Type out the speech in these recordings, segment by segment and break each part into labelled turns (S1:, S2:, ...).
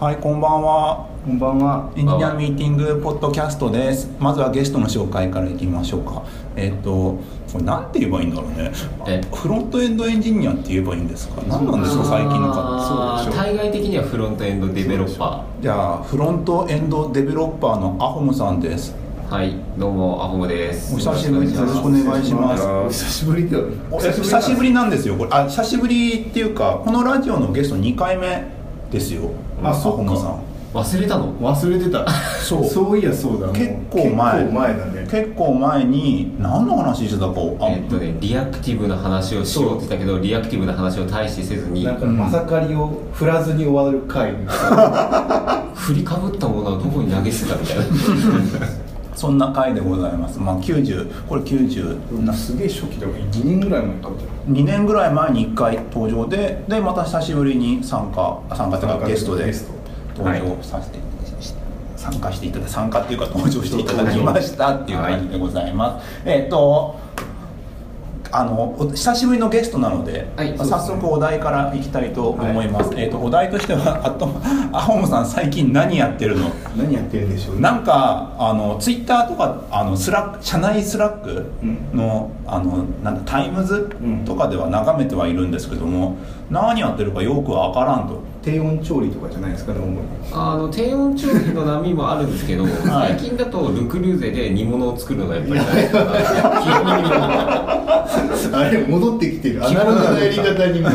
S1: はい、こんばんは。
S2: こんばんは。
S1: エンジニアミーティングポッドキャストです。まずはゲストの紹介からいきましょうか。えっ、と、これなんて言えばいいんだろうね
S3: え。
S1: フロントエンドエンジニアって言えばいいんですか。何なんですか、最近の
S3: あ
S1: 方。そ
S3: ー
S1: うでしょ
S3: 対外的にはフロントエンドデベロッパ
S1: じゃあ、フロントエンドデベロッパーのアホムさんです。
S3: ーはいどうもアホモです
S1: お久しぶりです。よろしくお願いします。
S2: お久しぶりだよ。
S1: お久しぶりなんですよ。これ、あ、久しぶりっていうか、このラジオのゲスト2回目ですよ。
S2: あ
S1: ア
S2: そっ
S1: ホ
S2: か
S1: ムさん。
S3: 忘れたの
S2: 忘れてた。
S1: そう
S2: そういやそうだ。もう
S1: 結構前
S2: 結構前だね。
S1: 結構前に何の話してたかをあ
S3: えっとねリアクティブな話をしようって言ったけどリアクティブな話を大してせずに
S2: なんかまさかりを振らずに終わる回。
S3: 振りかぶったものはどこに投げ捨てたみ たいな
S1: そんな回でございますまあ90これ90な
S2: すげえ初期だもん。2年ぐらい前だったよ。
S1: 2年ぐらい前に1回登場ででまた久しぶりに参加参加という
S2: 参
S1: か
S2: 加
S1: ゲストで
S2: ゲス
S3: ト
S1: 登場させて、参加していただい参加っていうか登場していただきましたっていう感じでございます、えっ、とあのお久しぶりのゲストなので、
S3: はい
S1: まあ早速お題からいきたいと思います、えっ、とお題としてはあとアホムさん最近何やってるの
S2: 何やってるんでしょうね。
S1: なんかあのツイッターとかあのスラック社内スラッ
S2: う
S1: クの,、あのなんだタイムズ
S2: うん
S1: とかでは眺めてはいるんですけども、何やってるかよくわからんと
S2: 低温調理とかじゃないですかね主に。
S3: あの低温調理の波もあるんですけど、
S1: い
S3: 最近だとルクルーゼで煮物を作るのがやっぱり大 好きなんですよ基本的に
S2: あれ戻ってきてる。アナログなやり方にも。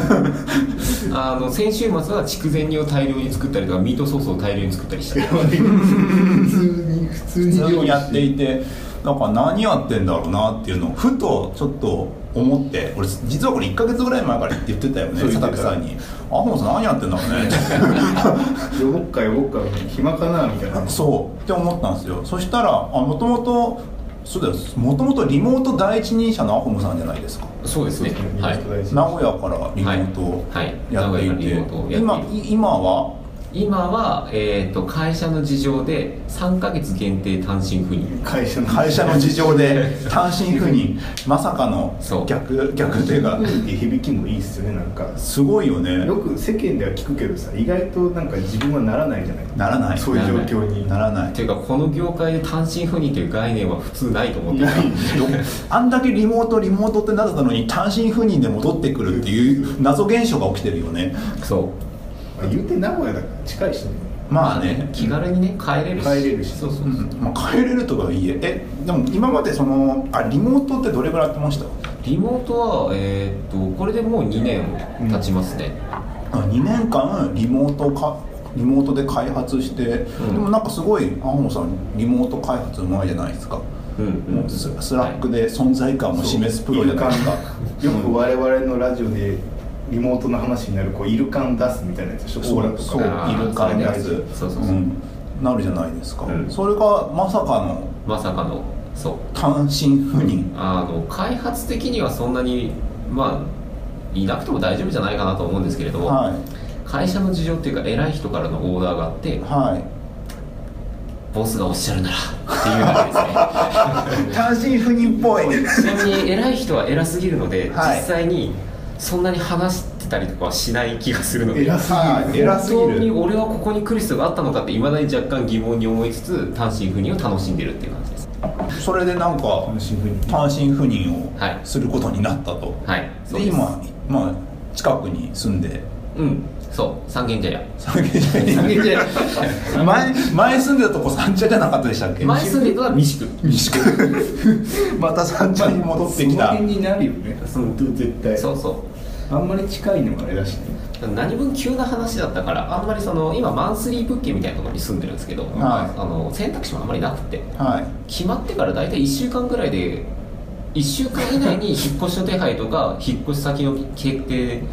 S3: あの先週末は筑前煮を大量に作ったりとかミートソースを大量に作ったりした
S2: 普通に普通
S1: 普
S2: に
S1: 通
S2: 料
S1: に
S2: 理
S1: やって
S2: して。
S1: いてなんか何やってんだろうなっていうのをふとちょっと思って俺実はこれ1か月ぐらい前から言ってたよね
S2: そう
S1: 佐
S2: 言って
S1: 竹
S2: た
S1: さんに「アホンさん何やってんだろうね」
S2: よぼっかよぼっか暇かなみたい な。
S1: そうって思ったんですよそしたらもともとそうだよもともとリモート第一人者のアホムさんじゃないですか
S3: そうですねはい
S1: 名古屋からリモートを
S3: はいはい
S1: やっていて、
S3: 名古屋からリモートをやっている
S1: 今い今は
S3: 今は、えー、と会社の事情で3ヶ月限定単身赴任
S2: 会社の
S1: 会社の事情で単身赴任まさかの
S3: そう
S1: 逆逆というか
S2: って響きもいいっすよねなんか
S1: すごいよね
S2: よく世間では聞くけどさ意外となんか自分はならないじゃない
S1: ならない
S2: そういう状況に
S1: ならない
S3: というかこの業界で単身赴任という概念は普通ないと思ってた
S2: ない
S1: どあんだけリモートリモートってなってたのに単身赴任で戻ってくるっていう謎現象が起きてるよね
S3: そう
S2: まあ言うて名古屋だから近いしね
S1: まあね
S3: 気軽にね帰れるし
S2: 帰れるし
S3: そうそ
S1: う
S3: うそうん
S1: まあ、帰れるとかいいええでも今までそのあリモートってどれぐらいやってました
S3: リモートは、えー、とこれでもう2年経ちますね、
S1: 2年間リモートかリモートで開発して、で
S3: ん
S1: もなんかすごい青野さんリモート開発うまいじゃないですか、
S3: うんうん
S1: もうススラックで存在感を示すプロじゃないですか、
S2: いる感よく我々のラジオでリモートの話になるこうイルカン出すみたいなやつでしょ
S1: そ
S2: オーラ
S1: う
S2: とか
S1: そう
S3: あー
S1: イルカのやつ
S3: そうそうそう
S1: うんなるじゃないですか、
S3: うん
S1: それがまさかの
S3: まさかのそう
S1: 単身赴任
S3: あの開発的にはそんなにまあいなくても大丈夫じゃないかなと思うんですけれども、
S1: はい
S3: 会社の事情っていうか偉い人からのオーダーがあって
S1: はい
S3: ボスがおっしゃるならっていうわけですね
S1: 単身赴任っぽい
S3: ち なみに偉い人は偉すぎるので、
S1: はい
S3: 実際にそんなに話してたりとかはしない気がするので
S2: 偉す
S1: はい
S2: ぎる
S1: 偉すぎ
S3: 本当に
S1: る
S3: 俺はここに来る必要があったのかっていまだに若干疑問に思いつつ単身赴任を楽しんでるっていう感じです
S1: それでなんか
S2: 単身赴任
S1: 単身赴任を
S3: はい
S1: することになったと、
S3: はいそう
S1: で
S3: です
S1: 今、まあ、近くに住ん で
S3: うんそう三軒茶屋
S1: 三軒茶屋に前前住んでたとこ三茶じゃなかったでしたっけ
S3: 前住んでたのは三宿
S1: 西区 また三茶に戻ってきた
S2: その辺になるよね
S3: うん
S2: 絶対
S3: そうそ
S2: あんまり近いのがあれだしね
S3: う何分急な話だったからあんまりその今マンスリー物件みたいなところに住んでるんですけど、
S1: はい
S3: あの選択肢もあんまりなくて
S1: はい
S3: 決まってから大体1週間ぐらいで1週間以内に引っ越しの手配とか引っ越し先の決定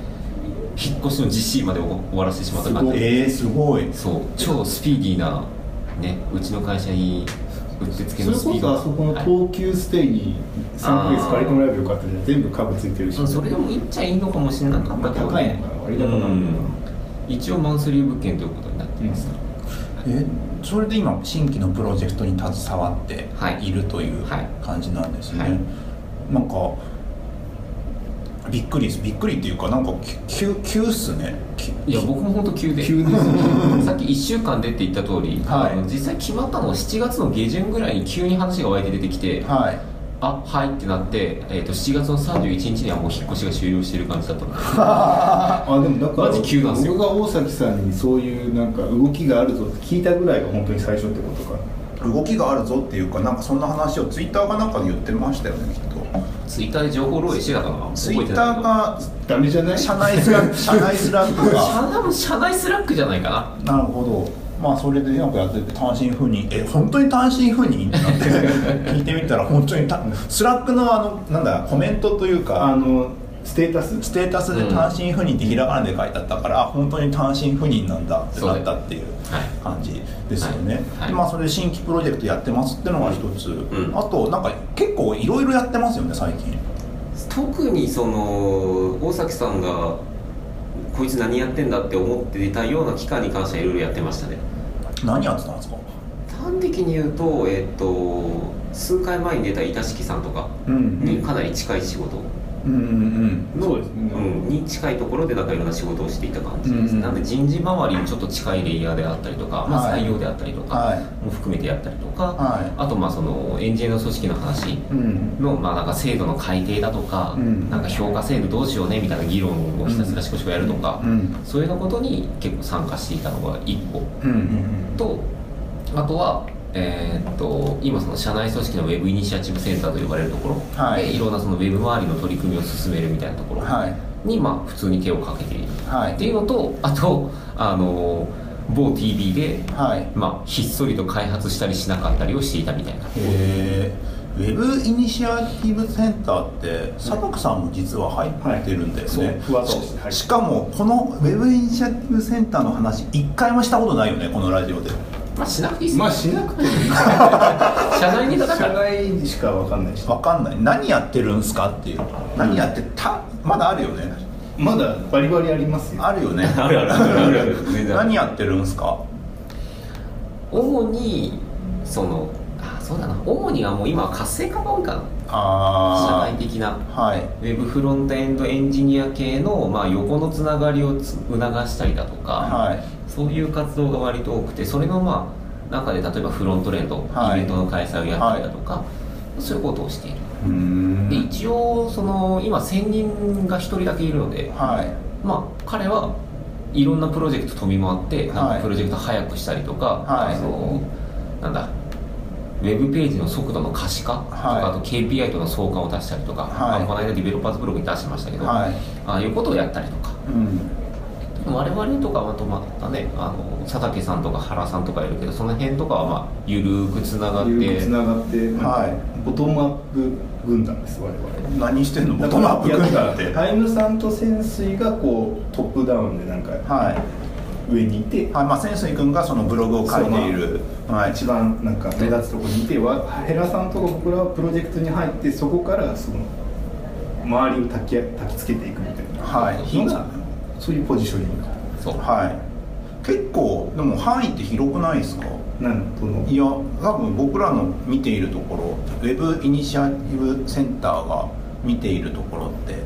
S3: 引っ越しの実施まで終わらせてしまった感じで
S1: えー、すごい
S3: そう超スピーディーなねうちの会社にうってつけ
S2: そ
S3: の
S2: れ
S3: スピ
S2: こ
S3: ード
S2: そあそこの
S3: はい
S2: 東急ステイに3ヶ月借りてもらえばよかったじゃん全部株ついてるし
S3: うんそれでもいいっちゃいいのかもしれなかったけど、
S2: 高いのかな割高なのかな
S3: うん一応マンスリー物件ということになってます、
S1: えそれで今新規のプロジェクトに携わっているという
S3: はい
S1: 感じなんですね、
S3: はい
S1: なんかびっくりですびっくりっていうかなんか急急っすねき
S3: いや僕も本当急で
S2: 急ですね
S3: さっき1週間でって言った通り、
S1: はい
S3: あの実際決まったのは7月の下旬ぐらいに急に話が湧いて出てきて、
S1: はい
S3: あはいってなって、えー、と7月の31日にはもう引っ越しが終了してる感じ だったので
S2: あでもだから
S3: マジ急なんですよ
S2: 僕が大崎さんにそういうなんか動きがあるぞって聞いたぐらいが本当に最初ってことか
S1: 動きがあるぞっていうかなんかそんな話をツイッターがなんかで言ってましたよねきっと
S3: ツイッターで情報漏洩してたかな
S1: ツイッターが
S2: ダメじゃない
S1: 社内スラック社内スラック が
S3: 社内社内スラックじゃないかな
S1: なるほどまあそれでなんかやってて単身赴任え本当に単身赴任ってなって聞いてみたら本当にたスラックのあのなんだコメントというか
S2: あのステータス
S1: ステータスで単身赴任ってひらがなで書いてあったから、あ本当に単身赴任なんだってなったっていう
S3: はい
S1: 感じですよね、
S3: はいはい
S1: でまあそれで新規プロジェクトやってますってのが一つ、
S3: ん
S1: あとなんか結構いろいろやってますよね最近
S3: 特にその大崎さんがこいつ何やってんだって思ってたような期間に関してはいろいろやってましたね
S1: 何やってたんですか
S3: 端的に言うと,、えっと数回前に出た板敷さんとか
S1: うん
S3: にかなり近い仕事、
S1: うんうん
S2: そうですね
S3: うん、に近いところでなんかいろんな仕事をしていた感じです、
S1: うん
S3: なんで人事周りにちょっと近いレイヤーであったりとか、まあ、
S1: はい
S3: 採用であったりとか
S1: は
S3: も含めてやったりとか、
S1: はい
S3: あとまあそのエンジニアの組織の話
S1: いうん
S3: のまあなんか制度の改定だとか、
S1: うん
S3: なんか評価制度どうしようねみたいな議論をひたすらしこしこやるとか、
S1: うん
S3: そういうようなことに結構参加していたのが1個
S1: うんうん
S3: とあとは、えーっと今その社内組織のウェブイニシアチブセンターと呼ばれるところで、
S1: はい
S3: い、ろんなそのウェブ周りの取り組みを進めるみたいなところ、
S1: はい
S3: に、まあ、普通に手をかけている
S1: はい
S3: っていうのとあとあの某 TV で、
S1: はいへ
S3: まあ、ひっそりと開発したりしなかったりをしていたみたいな
S1: えウェブイニシアティブセンターって佐藤さんも実は入ってるんだよね、
S2: はいそうそうですはい
S1: ししかもこのウェブイニシアティブセンターの話一回もしたことないよねこのラジオで
S3: まあしなくていいっすよ、
S2: まあしなくてもいい
S3: 社内ネタだか
S2: 社
S3: ら
S2: 内しかわかんないし
S1: 分かんない何やってるんすかっていう何やってたまだあるよね
S2: まだバリバリありますよ
S1: あるよ ね
S3: あるあるあるあるある全然ある
S1: 何やってるんすか
S3: 主にそのあそうだな主にはもう今は活性化が多いかな社
S1: あ
S3: 内的な
S1: あはい
S3: ウェブフロントエンドエンジニア系の、まあ、横のつながりをつ促したりだとか、
S1: はい
S3: そういう活動が割と多くてそれのまあ中で例えばフロントレンド、
S1: はい
S3: イベントの開催をやったりだとか、そういうことをしている、
S1: うーん
S3: で一応その今専任が1人だけいるので
S1: はい
S3: まあ彼はいろんなプロジェクト飛び回ってなん
S1: はい
S3: かプロジェクト早くしたりとか、
S1: はい
S3: そのなんだウェブページの速度の可視化とか、
S1: はい
S3: あと KPI との相関を出したりとか、
S1: はい
S3: あのこの間ディベロッパーズブログに出しましたけど、
S1: は
S3: ああいうことをやったりとか
S1: いうん
S3: 我々とかはまとまったねあの佐竹さんとか原さんとかいるけどその辺とかはまあ緩くつながって
S2: 緩くつながって、
S1: は
S2: ボトムアップ軍団です我々
S1: 何してんのボトムアップ軍団って
S2: いやだからタイムさんと潜水がこうトップダウンでなんか
S1: はい
S2: 上にいて
S1: はいまあ、潜水君がそのブログを書いている、はい、
S2: 一番なんか目立つところにいてわヘラさんとか僕らはプロジェクトに入ってそこからその周りを焚き焚きつけていくみたいな
S1: はい
S2: のがそういうポジショニング
S3: そう
S1: はい、結構でも範囲って広くないですか
S2: なんとの
S1: いや多分僕らの見ているところウェブイニシアティブセンターが見ているところって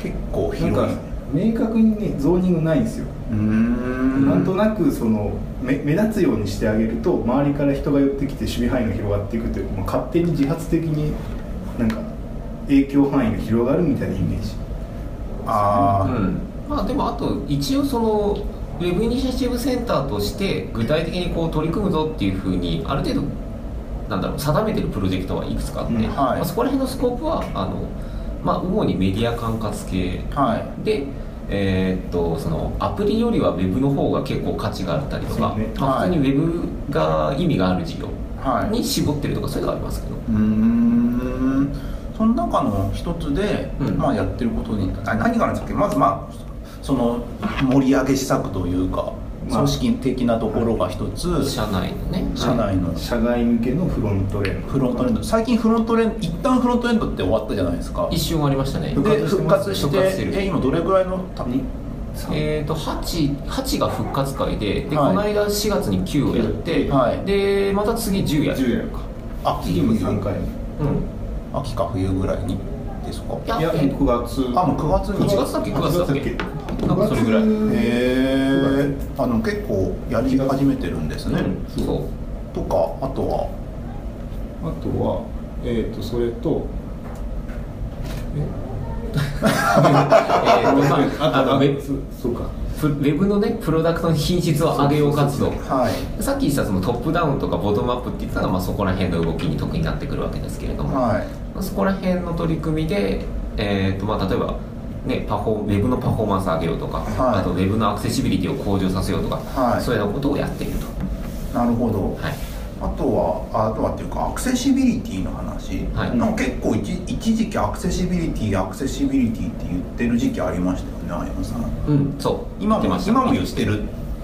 S1: 結構
S2: なん
S1: 広い
S2: か明確にねゾーニングないんですよ
S1: うーん
S2: なんとなくその目目立つようにしてあげると周りから人が寄ってきて守備範囲が広がっていくというまあ勝手に自発的になんか影響範囲が広がるみたいなイメージ
S1: ああ、
S3: うんまあ、でもあと一応そのウェブイニシアチブセンターとして具体的にこう取り組むぞっていうふうにある程度なんだろう定めてるプロジェクトはいくつかあって、
S2: うんはい
S3: まあ、そこら辺のスコープはあの、まあ、主にメディア管轄系
S1: は
S3: で、えーっとそのアプリよりはウェブの方が結構価値があったりとか、
S2: そうね
S3: まあ、
S1: は
S3: 普
S1: い
S3: 通にウェブが意味がある事業
S1: いはい
S3: に絞ってるとかそういうのはありますけど
S1: うーんその中の一つで、
S3: うん
S1: まあ、やってることにあ何があるんですかまずまあその盛り上げ施策というか、
S2: まあ
S1: 組織的なところが一つ、
S3: 社内のね
S1: 社内の
S2: 社外向けのフロントレンド
S1: フロントエンド最近フロントエンド一旦フロントエンドって終わったじゃないですか
S3: 一瞬ありました
S1: で
S3: ね
S1: 復活して
S3: 復活してる
S1: え今どれぐらいのた
S2: にさん
S3: えー、と 8, 8が復活会でで、
S1: はい
S3: この間4月に9をやって、
S1: はい
S3: でまた次10やる、
S2: 10やるか
S1: 秋
S2: 今3回目
S3: うん、
S1: 秋か冬ぐらいにっですか
S3: いや
S2: いや
S3: え
S2: 9月
S1: あもう9月に
S3: 8月だっけ9月だっけなんかそれぐらい、うん、
S1: へえあの結構やり始めてるんですね、
S3: そう
S1: とかあとは
S2: あとはえっ、とそれと
S3: えーとまあ、あのウェ
S2: そそうか
S3: ブウェブのねプロダクトの品質を上げよう活動
S1: はい
S3: さっき言ったそのトップダウンとかボトムアップって言ったのは、まあ、そこら辺の動きに特になってくるわけですけれども、
S1: はい
S3: そこら辺の取り組みで、えーとまあ、例えば、ね、パフォーウェブのパフォーマンス上げようとか、
S1: はい
S3: あとウェブのアクセシビリティを向上させようとか、
S1: はい
S3: そういうようなことをやっていると、
S1: なるほど、
S3: はい、
S1: あとはあとはっていうかアクセシビリティの話、
S3: はい
S1: なんか結構一一時期アクセシビリティアクセシビリティって言ってる時期ありましたよねあやまさん
S3: うん、そう
S1: 今
S3: 言って
S1: も
S3: ました
S1: 今も言ってる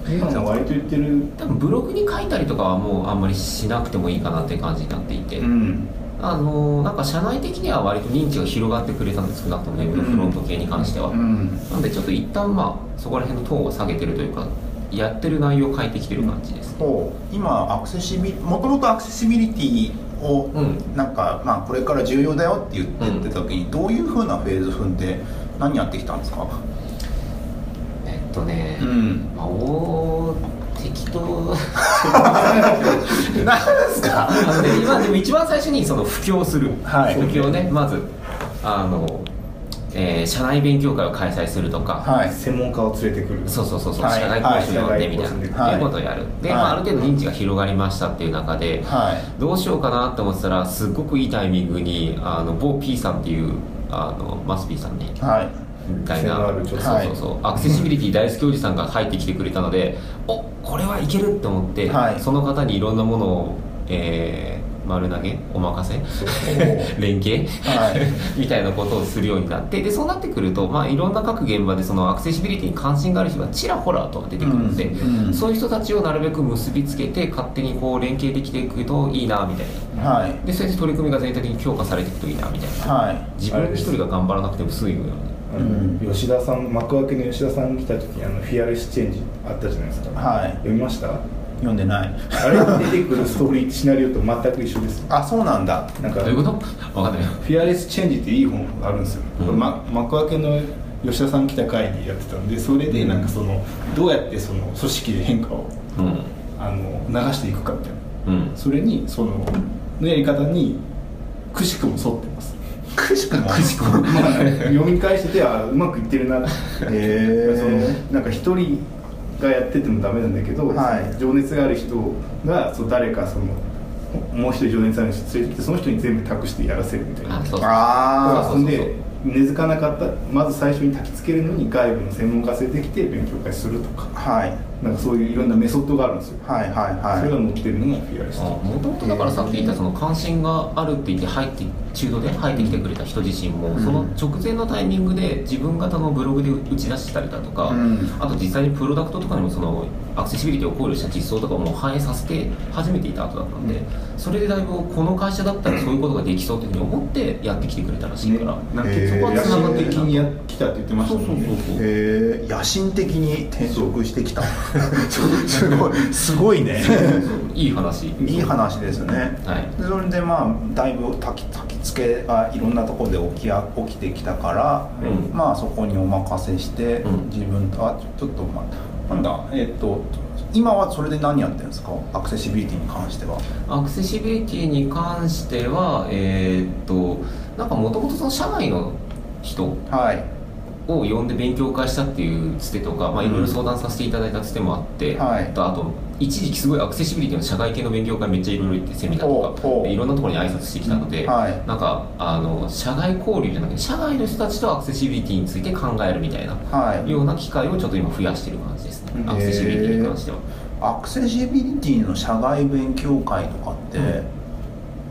S2: 今も割と言ってる
S3: 多分ブログに書いたりとかはもうあんまりしなくてもいいかなっていう感じになっていて、
S1: うん
S3: あのーなんか社内的には割と認知が広がってくれたんですけどなくともウェブのフロント系に関しては、
S1: うん
S3: なんでちょっと一旦まあそこら辺のトーンを下げてるというかやってる内容を変えてきてる感じです、
S1: と今アクセシビもともとアクセシビリティを
S3: うん
S1: なんか、まあこれから重要だよって言ってた時にどういうふうなフェーズ踏んで何やってきたんですか
S3: えっとね、
S1: ん
S3: まあお適 当
S1: 何ですか
S3: あのね今でも一番最初にその布教する、
S1: はい
S3: 布教ねまずあの、えー社内勉強会を開催するとか、
S1: はい
S2: 専門家を連れてくる
S3: そうそうそうそう、
S1: はい
S3: 社外講習をやってみたいな、
S2: はい
S3: って
S1: はい
S3: いうことをやるで、
S1: はい
S3: まあ、ある程度認知が広がりましたっていう中で、
S1: はい
S3: どうしようかなって思ってたらすっごくいいタイミングにあの某 P さんっていうあのマスピーさんね
S1: はい
S3: みたいな
S2: 癖のある
S3: そ
S2: 女
S3: うそ
S2: 性
S3: うそう、アクセシビリティ大好きおじさんが入ってきてくれたのでおこれはいけるって思って、
S1: はい
S3: その方にいろんなものを、えー丸投げお任せ 連携、
S1: はい
S3: みたいなことをするようになってでそうなってくると、まあ、いろんな各現場でそのアクセシビリティに関心がある人がちらほらと出てくるので、
S1: うんうん
S3: そういう人たちをなるべく結びつけて勝手にこう連携できていくといいなみたいな
S1: はい
S3: でそうやって取り組みが全体的に強化されていくといいなみたいな
S1: は
S3: 自分一人が頑張らなくても済むように。
S2: あの吉田さん幕開けの吉田さん来た時にあのフィアレスチェンジあったじゃないですか、
S1: はい
S2: 読みました
S1: い読んでない
S2: あれ出てくるストーリーシナリオと全く一緒です
S1: あそうなんだ
S2: なんか
S3: どういうことわかんないよ
S2: フィアレスチェンジっていい本があるんですよ、
S3: うん
S2: ま、幕開けの吉田さん来た会にやってたんでそれでなんかそのどうやってその組織で変化を
S3: うん
S2: あの流していくかみたいな
S3: うん
S2: それにそののやり方にくしくも沿って ます
S1: くしくも
S3: くしくも
S2: まあ読み返しててあうまくいってるなって
S1: へー
S2: そのなんか一人がやっててもダメなんだけど、
S1: はい
S2: 情熱がある人がそう誰かそのもう一人情熱ある人連れてきてその人に全部託してやらせるみたいな
S3: あそうそう
S1: あ
S2: そんで根付かなかったまず最初に焚きつけるのに外部の専門家連れてきて勉強会するとか
S1: あはい
S2: なんかそういういろんなメソッドがあるんですよ、
S1: はいはい
S2: それ
S1: は
S2: が
S1: い
S2: 載ってるのが PR です
S3: もともとだからさっき言ったその関心があるって言って入って中途で入ってきてくれた人自身もその直前のタイミングで自分型のブログで打ち出したりだとか、
S1: うん
S3: あと実際にプロダクトとかにもそのアクセシビリティを考慮した実装とかも反映させて始めていた後だったんで、それでだいぶこの会社だったらそういうことができそうっていうふうに思ってやってきてくれたらしいから、
S2: ねなんか
S1: へー
S2: そこはつながって的にやってきたって言ってました
S3: そう
S2: もん
S3: そ
S2: ね
S3: うそうそう、
S1: へえ野心的に転職してきた すごいすごいね
S3: いい話
S1: いい話ですね、
S3: はい
S1: でそれでまあだいぶ焚き焚きつけがいろんなところで起きあ起きてきたから、
S3: うん
S1: まあそこにお任せして、
S3: うん
S1: 自分とあちょちょっとまあなんだえっ、と今はそれで何やってるんですかアクセシビリティに関しては
S3: アクセシビリティに関してはえーっとなんかもともとその社内の人を
S1: はい
S3: 呼んで勉強会したっていうつてとかまあ
S1: うん
S3: いろいろ相談させていただいたつてもあって、
S1: はい
S3: とあと一時期すごいアクセシビリティの社外系の勉強会めっちゃいろいろ行ってセミナーと
S1: おうおう
S3: かでいろんなところに挨拶してきたので、
S1: はい
S3: なんかあの社外交流じゃなくて社外の人たちとアクセシビリティについて考えるみたいな
S1: はい
S3: ような機会をちょっと今増やしてる感じですね
S1: へー
S3: アクセシビリティに関しては。
S1: アクセシビリティの社外勉強会とかって、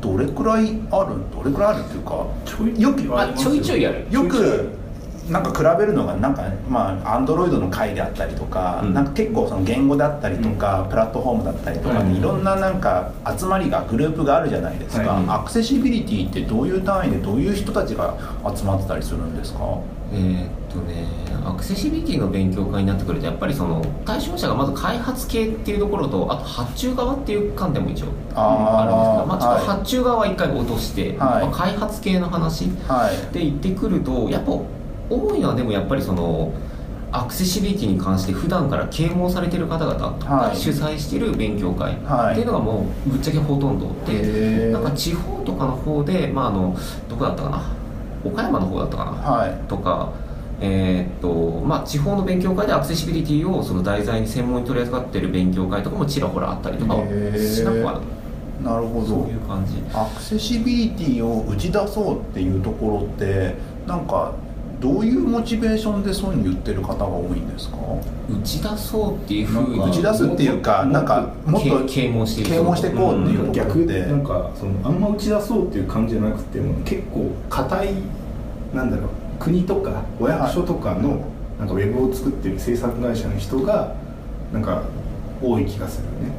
S1: どれくらいあるどれくらいあるっていうかよく
S3: あちょいちょいやる
S1: よくなんか比べるのがなんかまあアンドロイドの回であったりとか、
S3: うん
S1: なんか結構その言語だったりとか、プラットフォームだったりとかで、
S2: うん
S1: いろんななんか集まりがグループがあるじゃないですか、
S2: はい
S1: アクセシビリティってどういう単位でどういう人たちが集まってたりするんですか
S3: えーっとねアクセシビリティの勉強会になってくるとやっぱりその対象者がまず開発系っていうところとあと発注側っていう観点も一応あるんですけどまあ、ちょっと
S1: は
S3: 発注側は一回落として、
S1: はい
S3: まあ開発系の話
S1: いはい
S3: で行ってくるとやっぱ多いのはでもやっぱりそのアクセシビリティに関して普段から啓蒙されてる方々
S1: は
S3: が
S1: い
S3: 主催してる勉強会
S1: はい
S3: っていうのがもうぶっちゃけほとんどで、
S1: へー
S3: なんか地方とかの方で、まあ、あのどこだったかな岡山の方だったかな、
S1: はい
S3: とか、えーっとまあ、地方の勉強会でアクセシビリティをその題材に専門に取り扱ってる勉強会とかもちらほらあったりとかは
S1: へー
S3: しなくは
S1: なるほ
S3: そ
S1: ど
S3: ういう感じ
S1: アクセシビリティを打ち出そうっていうところってなんかどういうモチベーションでそういうの言ってる方が多いんですか
S3: 打ち出そうっていうふうに
S1: 打ち出すっていうかなんかもっと
S3: け啓蒙していく
S1: 啓蒙していこうっていう
S2: 逆でなんかそのあんま打ち出そうっていう感じじゃなくても結構硬いなんだろう国とかお役所とかのなんかウェブを作ってる制作会社の人がなんか多い気がするね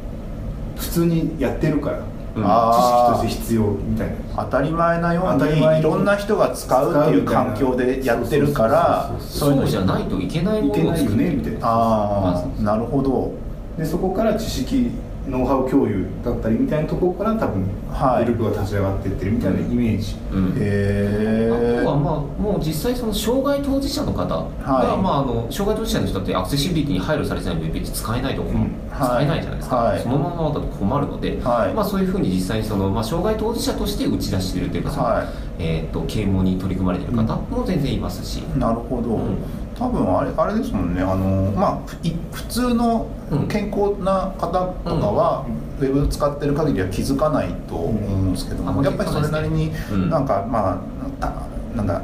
S2: 普通にやってるから
S3: うん
S1: あ
S2: 知
S1: ー
S2: 識として必要みたいな
S1: 当たり前なよ
S2: 当
S1: う
S2: たり
S1: に
S2: 前
S1: いろんな人が使うっていう環境でやってるから
S3: そう
S1: いうの
S3: じゃないといけない
S2: い
S3: も
S2: け
S3: のを
S2: ないよ
S3: 作って
S2: ねみ
S3: る
S2: たいな
S1: ああなるほど
S2: でそこから知識ノウハウ共有だったりみたいなところから多分
S1: はい
S2: グループが立ち上がってってるみたいなイメージ、
S3: うん
S1: へ
S3: あ
S1: え
S3: とはまあもう実際その障害当事者の方が、
S1: はい
S3: まあ、あの障害当事者の人だってアクセシビリティに配慮されてないウェブページ使えないとか、
S2: うん
S3: 使えないじゃないですか、
S1: はい
S3: そのままだと困るので、
S1: はい
S3: まあ、そういうふうに実際にその、まあ、障害当事者として打ち出してるというかその、
S1: はい
S3: えー、と啓蒙に取り組まれてる方も全然いますし、
S1: なるほど、
S3: うん
S1: 多分あれあれですもんねあの、まあ、ふい普通の
S3: うん
S1: 健康な方とかは、ウェブ使ってる限りは気づかないと思うんですけども、
S3: うん
S1: やっぱりそれなりに、
S3: うん
S1: なんかまああなんだ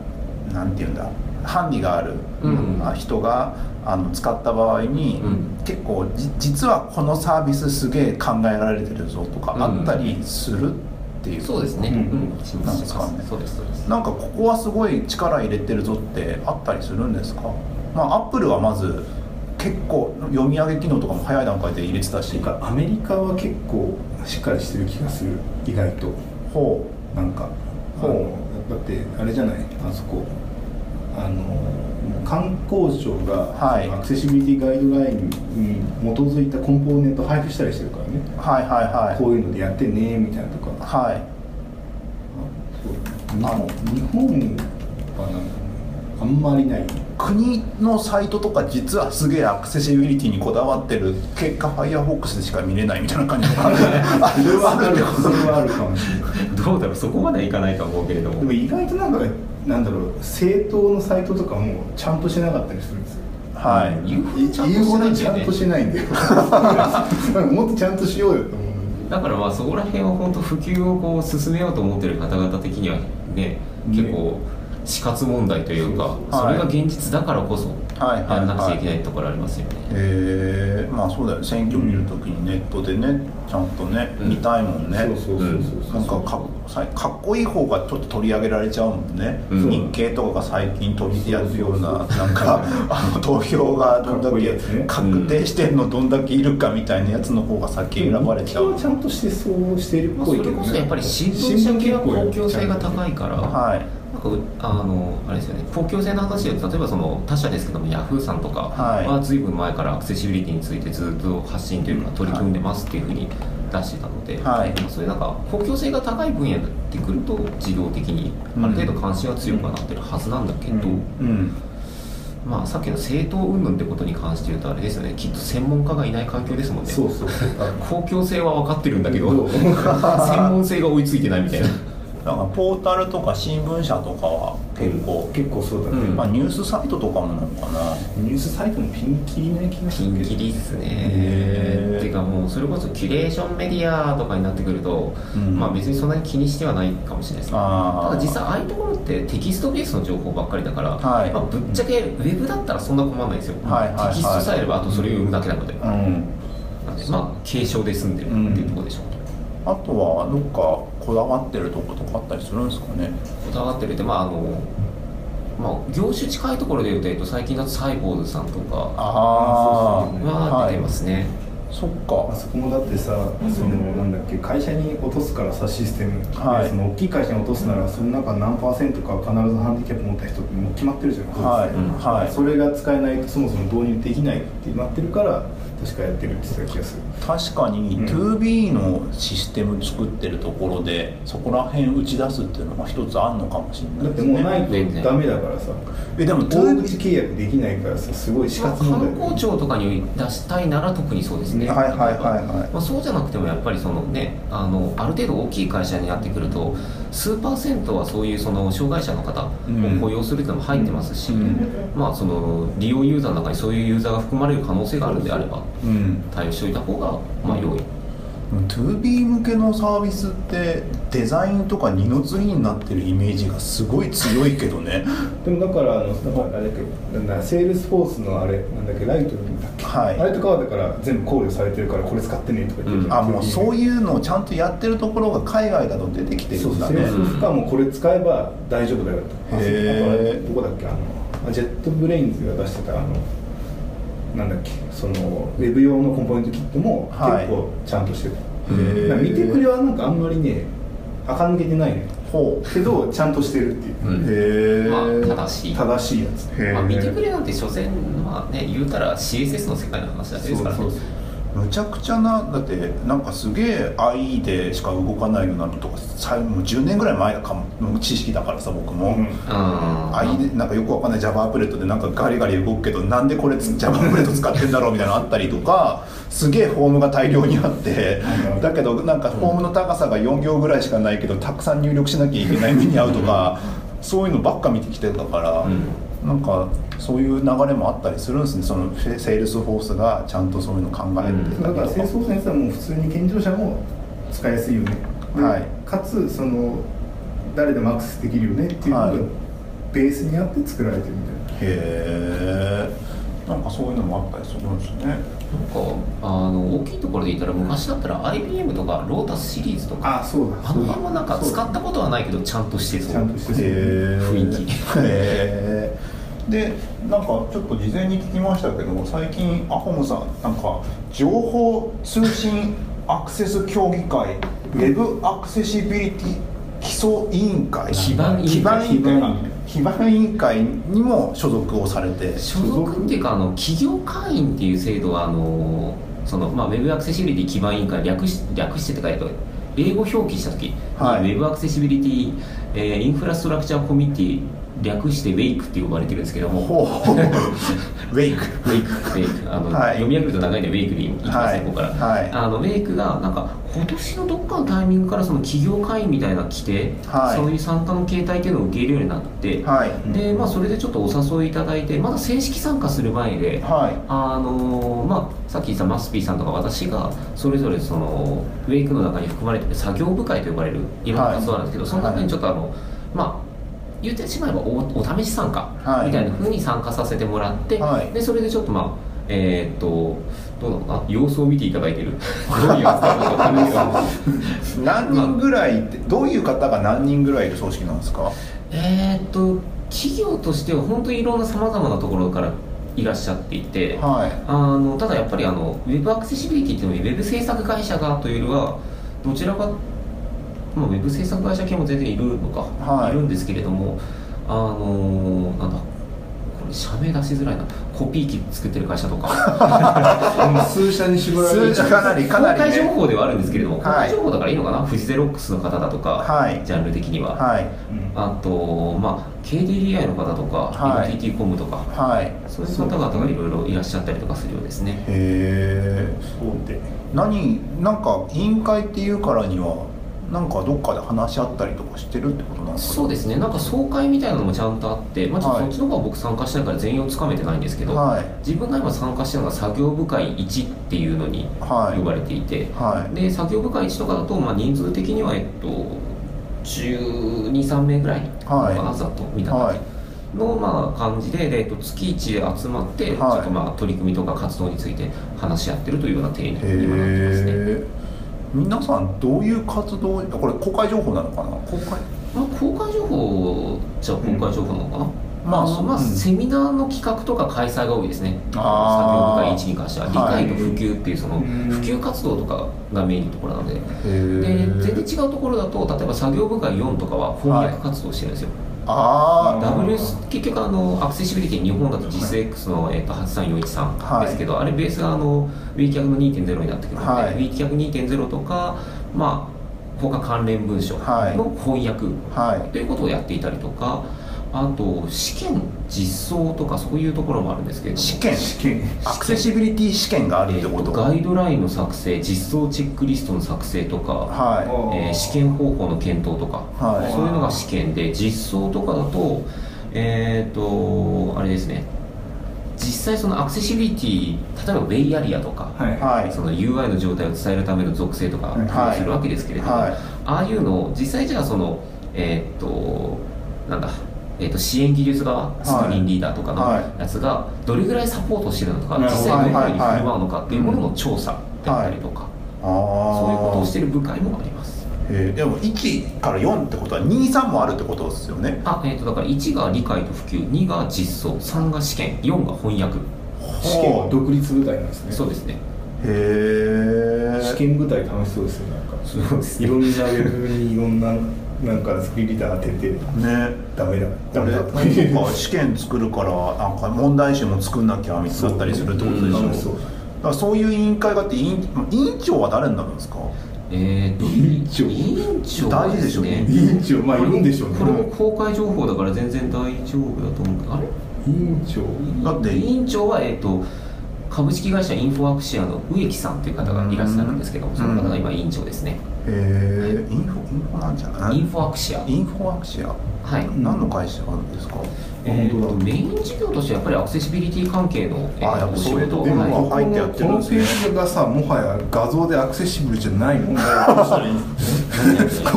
S1: なんていうんだハンディがある、
S3: うん
S1: まあ人があの使った場合に、
S3: うん
S1: 結構じ実はこのサービスすげえ考えられてるぞとかあったりするっていう、
S3: そうですね、
S2: う
S3: うんんしま
S1: なん
S3: す
S1: です
S3: し
S1: か
S3: ま
S1: ね
S3: すそうですそうです
S1: なんかここはすごい力入れてるぞってあったりするんですかまあアップルはまず結構読み上げ機能とかも早い段階で入れてたし
S2: なんかアメリカは結構しっかりしてる気がする意外と
S1: ほ
S2: なんかあ
S1: ほ
S2: のだってあれじゃないあそこあの観光庁が、
S1: はい
S2: アクセシビリティガイドラインに基づいたコンポーネント配布したりしてるからね、
S1: うはいはいは
S2: こ
S1: いう
S2: いうのでやってねみたいなとか
S1: はい
S2: あの日本はなんかあんまりない
S1: 国のサイトとか実はすげえアクセシビリティにこだわってる結果 Firefox でしか見れないみたいな感じの感じあ
S2: それはあ
S1: あ
S2: る
S1: るってこ
S2: それはあるかもしれない
S3: どうだろうそこまではいかないと思うけれど
S2: でも
S3: も
S2: 意外となんかなんだろう政党のサイトとかもちゃんとしてなかったりするんですよ
S1: とはい、
S3: 言うほどちゃんと
S2: 英
S3: して
S2: 語
S3: ない
S2: で
S3: んだ
S2: ちゃ
S3: よ
S2: んとし
S3: ね
S2: てないんだよ なんかもっとちゃんとしようよと思う
S3: だからまあそこら辺は本当普及をこう進めようと思ってる方々的にはね結構死活問題というか
S1: そうそう
S3: それが現実だからこそ
S1: はいはい
S3: やんなくちゃいけないところありますよね
S1: えー、まあそうだよね選挙見るときにネットでねちゃんとね、
S3: うん
S1: 見たいもんね
S2: そうそうそうそ
S1: な
S2: う
S1: んかかっさかっこいい方がちょっと取り上げられちゃうもんね、
S3: うん
S1: 日系とかが最近取りやるような
S2: そ
S1: な
S2: う
S1: んかあの投票がどんだ
S2: かっこいい
S1: け
S2: やつね
S1: 確定してんのどんだけいるかみたいなやつの方が先選ばれちゃう、
S2: 日記はちゃんとしてそうしてる
S3: ま
S2: っ
S3: あ
S2: ぽ
S3: それ
S2: いけど、ね
S3: こそやっぱり新聞社系は公共性が高いからなんか
S1: はいう
S3: あのあれですよね公共性の話で言うと例えばその他社ですけどもヤフーさんとか
S1: はい
S3: は随分前からアクセシビリティについてずっと発信というか取り組んでますっていうふうに出してたので、
S1: はい
S3: まあそういうなんか公共性が高い分野になってくると自動的にある程度関心は強くはなってるはずなんだけど、
S2: うん
S1: うん
S3: まあ、さっきの政党云々ってことに関して言うとあれですよねきっと専門家がいない環境ですもんね
S2: そうそうそう
S3: 公共性は分かってるんだけ
S2: ど
S3: ど
S2: う
S3: 専門性が追いついてないみたいな
S1: だからポータルとか新聞社とかは結構、
S2: 結構そうだね、
S3: うん
S1: まあ、ニュースサイトとかもなのかな
S2: ニュースサイトもピンキリな気がす
S3: ピ
S2: る
S3: ン
S2: けど
S3: キリっす
S1: へ
S3: ね
S1: ー
S3: っていうかもうそれこそキュレーションメディアとかになってくると、
S1: うん
S3: まあ別にそんなに気にしてはないかもしれないですね
S1: あー
S3: ただ実際ああいうところってテキストベースの情報ばっかりだから、
S1: はい
S3: まあ、ぶっちゃけウェブだったらそんな困んないですよ、
S1: はいはいはい
S3: テキストさえあればあとそれを読むだけなので、
S1: うん
S3: なんでまあ継承で済んでるっていうところでしょう、
S1: あとはどっかこだわってるとことかあったりするんですかね
S3: こだわってるってまああのまあ業種近いところで言うとえっと最近だとサイボーズさんとか
S1: あ
S2: あ
S1: あ
S2: ー
S3: は出てますね、
S1: そっ
S2: あ
S1: か
S2: そこもだってさ、そのなんだっけ会社に落とすからさシステム、
S1: はい
S2: その大きい会社に落とすならその中何パーセントかは必ずハンディキャップ持った人ってもう決まってるじゃないですか、
S1: はい、
S3: うん
S1: はい
S2: それが使えないとそもそも導入できないってなってるから確かやってるって言ってた気がする
S1: 確かに
S2: うん
S1: 2B のシステム作ってるところでそこら辺打ち出すっていうのが一つあるのかもしれない
S2: だっ
S1: で
S2: て
S1: す
S2: もう
S1: ね
S2: ない
S3: 全然
S2: とダメだからさ
S1: えでも
S2: 大
S1: 2B
S2: 口契約できないからさすごい死
S3: まあ
S2: 活問題
S3: 観
S2: だよ
S3: 光
S2: ね
S3: 庁とかに出したいなら特にそうですね、
S1: はいはいはいはい
S3: まあ、そうじゃなくてもやっぱりその、ね、あのある程度大きい会社になってくると数パーセントはそういうその障害者の方を雇用するっていうのも入ってますし、
S1: うん
S3: まあ、その利用ユーザーの中にそういうユーザーが含まれる可能性があるんであれば
S1: うん
S3: 対応しておいた方がまあ良い
S1: 2B 向けのサービスってデザインとか二の次になってるイメージがすごい強いけど ね
S2: でもだからあのだからあれだっけなんだセールスフォースのあれなんだっけライトだっけ、
S1: はい
S2: あれとかはだから全部考慮されてるからこれ使ってねとか言って
S3: うん
S1: あもうそう
S2: いう
S1: いうのをちゃんとやってるところが海外だと出てきてる
S2: そうんそう
S1: だ
S2: セー
S1: ね
S2: ルスフォースかもうこれ使えば大丈夫だよとあ
S1: へー
S2: そうだからどこだっけあのジェットブレインズが出してたあのなんだっけそのウェブ用のコンポーネントキットも結
S1: はい
S2: 構ちゃんとしてる、
S1: へー
S2: だから見てくれはなんかあんまりね垢抜けてないね
S1: ほ
S2: けどちゃんとしてるっていう、
S3: うん
S1: うへえ、
S3: まあ正しい
S2: 正しいやつ
S1: へえ
S3: まあ、見てくれなんて所詮まあね言うたら CSS の世界の話だけですからね
S2: そうそう
S1: むちゃくちゃなだってなんかすげえ IE でしか動かないようなのとか最後もう10年ぐらい前かもの知識だからさ僕も、
S2: うん
S3: うん
S1: IE でなんかよくわかんない Java アプレットでなんかガリガリ動くけどなんでこれつ Java アプレット使ってんだろうみたいなのあったりとかすげえフォームが大量にあってだけどなんかフォームの高さが4行ぐらいしかないけどたくさん入力しなきゃいけない目に遭うとかそういうのばっか見てきてたから。
S3: うん
S1: なんかそういう流れもあったりするんですねそのセセールスフォースがちゃんとそういうの考えてた
S2: だ
S1: り
S2: から
S1: とか
S2: 清掃先生はもう普通に健常者も使いやすいよね、で
S1: はい
S2: かつその誰でもアクセスできるよねっていうのが
S1: はい
S2: ベースにあって作られてるみたいな、
S1: へえんかそういうのもあったりするんですね
S3: なんかあの大きいところで言ったら昔だったら IBM とかロータスシリーズとか
S2: あそうだ
S3: あの辺もなんか使ったことはないけどちゃんとして
S2: ち
S3: そ
S2: ゃ
S3: うん
S2: としてそう
S1: へー
S3: 雰囲気
S1: へーでなんかちょっと事前に聞きましたけど最近アホムさんなんか情報通信アクセス協議会ウェブアクセシビリティ基礎委員会
S3: 基盤委員
S1: 基
S3: 会
S1: 盤委員会か基盤委員会にも所属をされて
S3: 所属っていうかあの企業会員っていう制度はあのその、まあ、ウェブアクセシビリティ基盤委員会略し略してって書いてある英語表記した時、
S1: はい
S3: ウェブアクセシビリティ、えーインフラストラクチャーコミュニティ略してウェイクって呼ばれてるんですけども
S1: ほう ほうウェイク
S3: ウェイク、ウェイク、あの、
S1: はい
S3: 読み上げると長いんで、ウェイクに行きます
S1: は
S3: ね、
S1: い
S3: ここから。
S1: はい
S3: あの、ウェイクが、なんか、今年のどっかのタイミングから、その企業会員みたいな規定、
S1: はい
S3: そういう参加の形態っていうのを受け入れるようになって。
S1: はい
S3: で、まあ、それでちょっとお誘いいただいて、まだ正式参加する前で。
S1: は
S3: あのーまあ、さっき言ったマスピーさんとか私がそれぞれそのウェイクの中に含まれている作業部会と呼ばれるいろんな活動があるんですけ
S1: はい
S3: ど、その中にちょっとあの、まあ言ってしまえばおお試し参加
S1: はい
S3: みたいなふうに参加させてもらって、
S1: はい
S3: でそれでちょっとまあえーっとどうなのかな様子を見ていただいてるどういう扱いなのか分かんないけど
S1: い何人ぐらいってどういう方が何人ぐらいいる組織なんですか
S3: えーっと企業としては本当にいろんなさまざまなところからいらっしゃっていて、
S1: はい
S3: あのただやっぱりあのウェブアクセシビリティっていうのはウェブ制作会社がというよりはどちらか、まあ、ウェブ制作会社系も全然いるのか、
S1: はい
S3: い、るんですけれどもあのなんだこれ社名出しづらいなコピー機作ってる会社とか
S2: うん数社に絞られ
S1: 数
S2: る
S1: 字かなりかなり、ね、
S3: 公開情報ではあるんですけれども、
S1: はい
S3: 公開情報だからいいのかなフジゼロックスの方だとか、
S1: はい
S3: ジャンル的には、
S1: はい
S2: うん
S3: あと、まあ、KDDI の方とか、
S1: はい
S3: NTT コムとか
S1: はい
S3: そういう方々がいろいろいらっしゃったりとかするようですね
S1: へえ
S2: そうで
S1: 何なんか委員会っていうからにはなんかどっかで話し合ったりとかしてるってことなんですか
S3: そうですねなんか総会みたいなのもちゃんとあって、まあ、ちょっとそっちの方は僕参加してないから全容つかめてないんですけど、
S1: はい
S3: 自分が今参加してるのが作業部会1っていうのに
S1: はい
S3: 呼ばれていて、
S1: はい
S3: で作業部会1とかだと、まあ、人数的には、えっと、123名ぐらい
S1: はい
S3: かなざっとみたいな
S1: は
S3: 感
S1: い
S3: じの、まあ、感じで、でえっと、月1で集まって、
S1: はい
S3: ちょっとまあ取り組みとか活動について話し合ってるというような定義に
S1: へ
S3: 今なってますね。
S1: え皆さんどういう活動これ公開情報なのかな公開
S3: まあ、公開情報じゃあ公開情報なのかな、
S1: ま
S3: ま
S1: あ
S3: あ
S1: そう
S3: まあ、
S1: うん
S3: セミナーの企画とか開催が多いですね
S1: あー
S3: 作業部会1に関しては理
S1: はい
S3: 解と普及っていうその
S2: うん
S3: 普及活動とかがメインのところなのでで全然違
S1: へ
S3: うところだと例えば作業部会4とかは翻訳活動してるんですよ、
S1: ああ
S3: W 結局あのアクセシビリティ日本だと JISX の、えっと83413ですけど、あれベースがあの WeCAG の2.0になってくるので、
S1: はい
S3: WeCAG2.0 とかまあ他関連文書の
S1: はい
S3: 翻訳、
S1: はい
S3: ということをやっていたりとかあと試験実装とかそういうところもあるんですけれども
S1: 試験
S2: 試験
S1: アクセシビリティ試験があるっ
S3: え
S1: て
S3: ー
S1: こと
S3: とガイドラインの作成実装チェックリストの作成とか、
S1: は
S3: えー試験方法の検討とか
S1: いはい
S3: そういうのが試験で実装とかだとえっ、とあれですね実際そのアクセシビリティ例えばベイアリアとか、
S2: はい
S1: はい
S3: その UI の状態を伝えるための属性とか
S2: はい
S3: 工夫するわけですけれども、
S1: はい
S3: ああいうのを実際じゃあそのえーっとなんだえーっと支援技術側
S1: い
S3: スクリーンリーダーとか
S1: は
S3: のやつがどれぐらいサポートしてるのとか、
S2: なる
S3: 実
S2: ほど
S3: 際どのように
S1: はいはいはい
S3: 振る舞うのかっていうものの調査であったりとか、
S1: ああ
S3: そういうことをしてる部会もあります
S1: えーでも1から4ってことは23もあるってことですよね
S3: あえーっとだから1が理解と普及2が実装3が試験4が翻訳
S2: 試験は
S1: ほう
S2: 独立部隊なんですね
S3: そうですね
S1: へえ
S2: 試験部隊楽しそうですよなんか
S3: そうです
S2: いろんなウェブにいろんななんかスピリター当てて
S1: ね
S2: ダメだ
S1: こ
S2: ダ
S1: れ
S2: メだ
S1: なんか試験作るからなんか問題集も作んなきゃみたいになったりするってことでしょ
S2: そううそう
S1: だからそういう委員会があって委員委員長は誰になるんですか
S3: えーっと
S2: 委員長
S3: 委員長
S1: 大事でしょ
S3: すね
S2: 委員長まあいるんでしょうね
S3: これも公開情報だから全然大丈夫だと思うけどあれ
S2: 委員長
S1: だって
S3: 委員長は、えー、と株式会社インフォアクシアの植木さんという方がいらっしゃるんですけども、
S1: うん
S3: その方が今委員長ですね、
S1: へえインフォインフォなんじゃない
S3: インフォアクシア
S1: インフォアクシア
S3: はい、
S1: 何の会社なんですか、
S3: え
S2: 本
S3: ー
S2: 当
S3: と
S2: だ
S3: メイン事業としてはやっぱりアクセシビリティ関係の、え
S1: あやっ
S3: ー
S1: ぱ
S3: とお
S1: そ
S3: 仕
S1: ういうと
S3: 事
S1: ころ
S3: はい
S1: も入ってやってるんですね
S2: このページがさもはや画像でアクセシブルじゃない問題だとしたらいいこ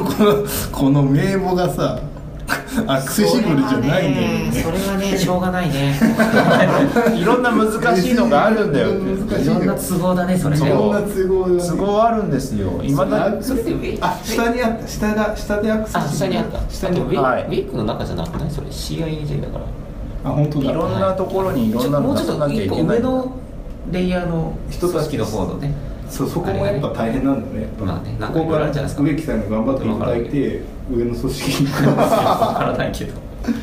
S2: このこの名簿がさアクセシブルじゃないんだよね
S3: それはねしょうがな いね
S1: いろんな難しいのがあるんだよ
S2: 難し
S3: いろんな都合だねそれね
S1: そう
S2: こんな都合が
S1: 都合あるんですよいまだに
S3: それで上
S2: あ下にあった下が下でアクセシブル
S3: あ下にあった
S2: 下
S3: あ
S2: に
S3: とウィ
S1: はい
S3: ウィックの中じゃなくないそれ CINJ だから
S2: あ本当
S1: い
S2: だ
S1: ろんなところにいろんな
S3: も
S1: の
S3: う
S1: 出
S3: ちょ
S1: さ
S3: っと
S1: なきゃ
S3: 一
S1: い
S3: 個
S1: けない
S3: 上のレイヤーの
S2: 人たち
S3: 組織の方の ね
S2: そうそこもやっぱ大変なんだねやっぱ
S3: まあねなんか
S2: ここか
S3: いろいろある
S2: ら
S3: じゃないですか
S2: 植木さんに頑張っていただいて上の組織に行く
S3: わからないけどは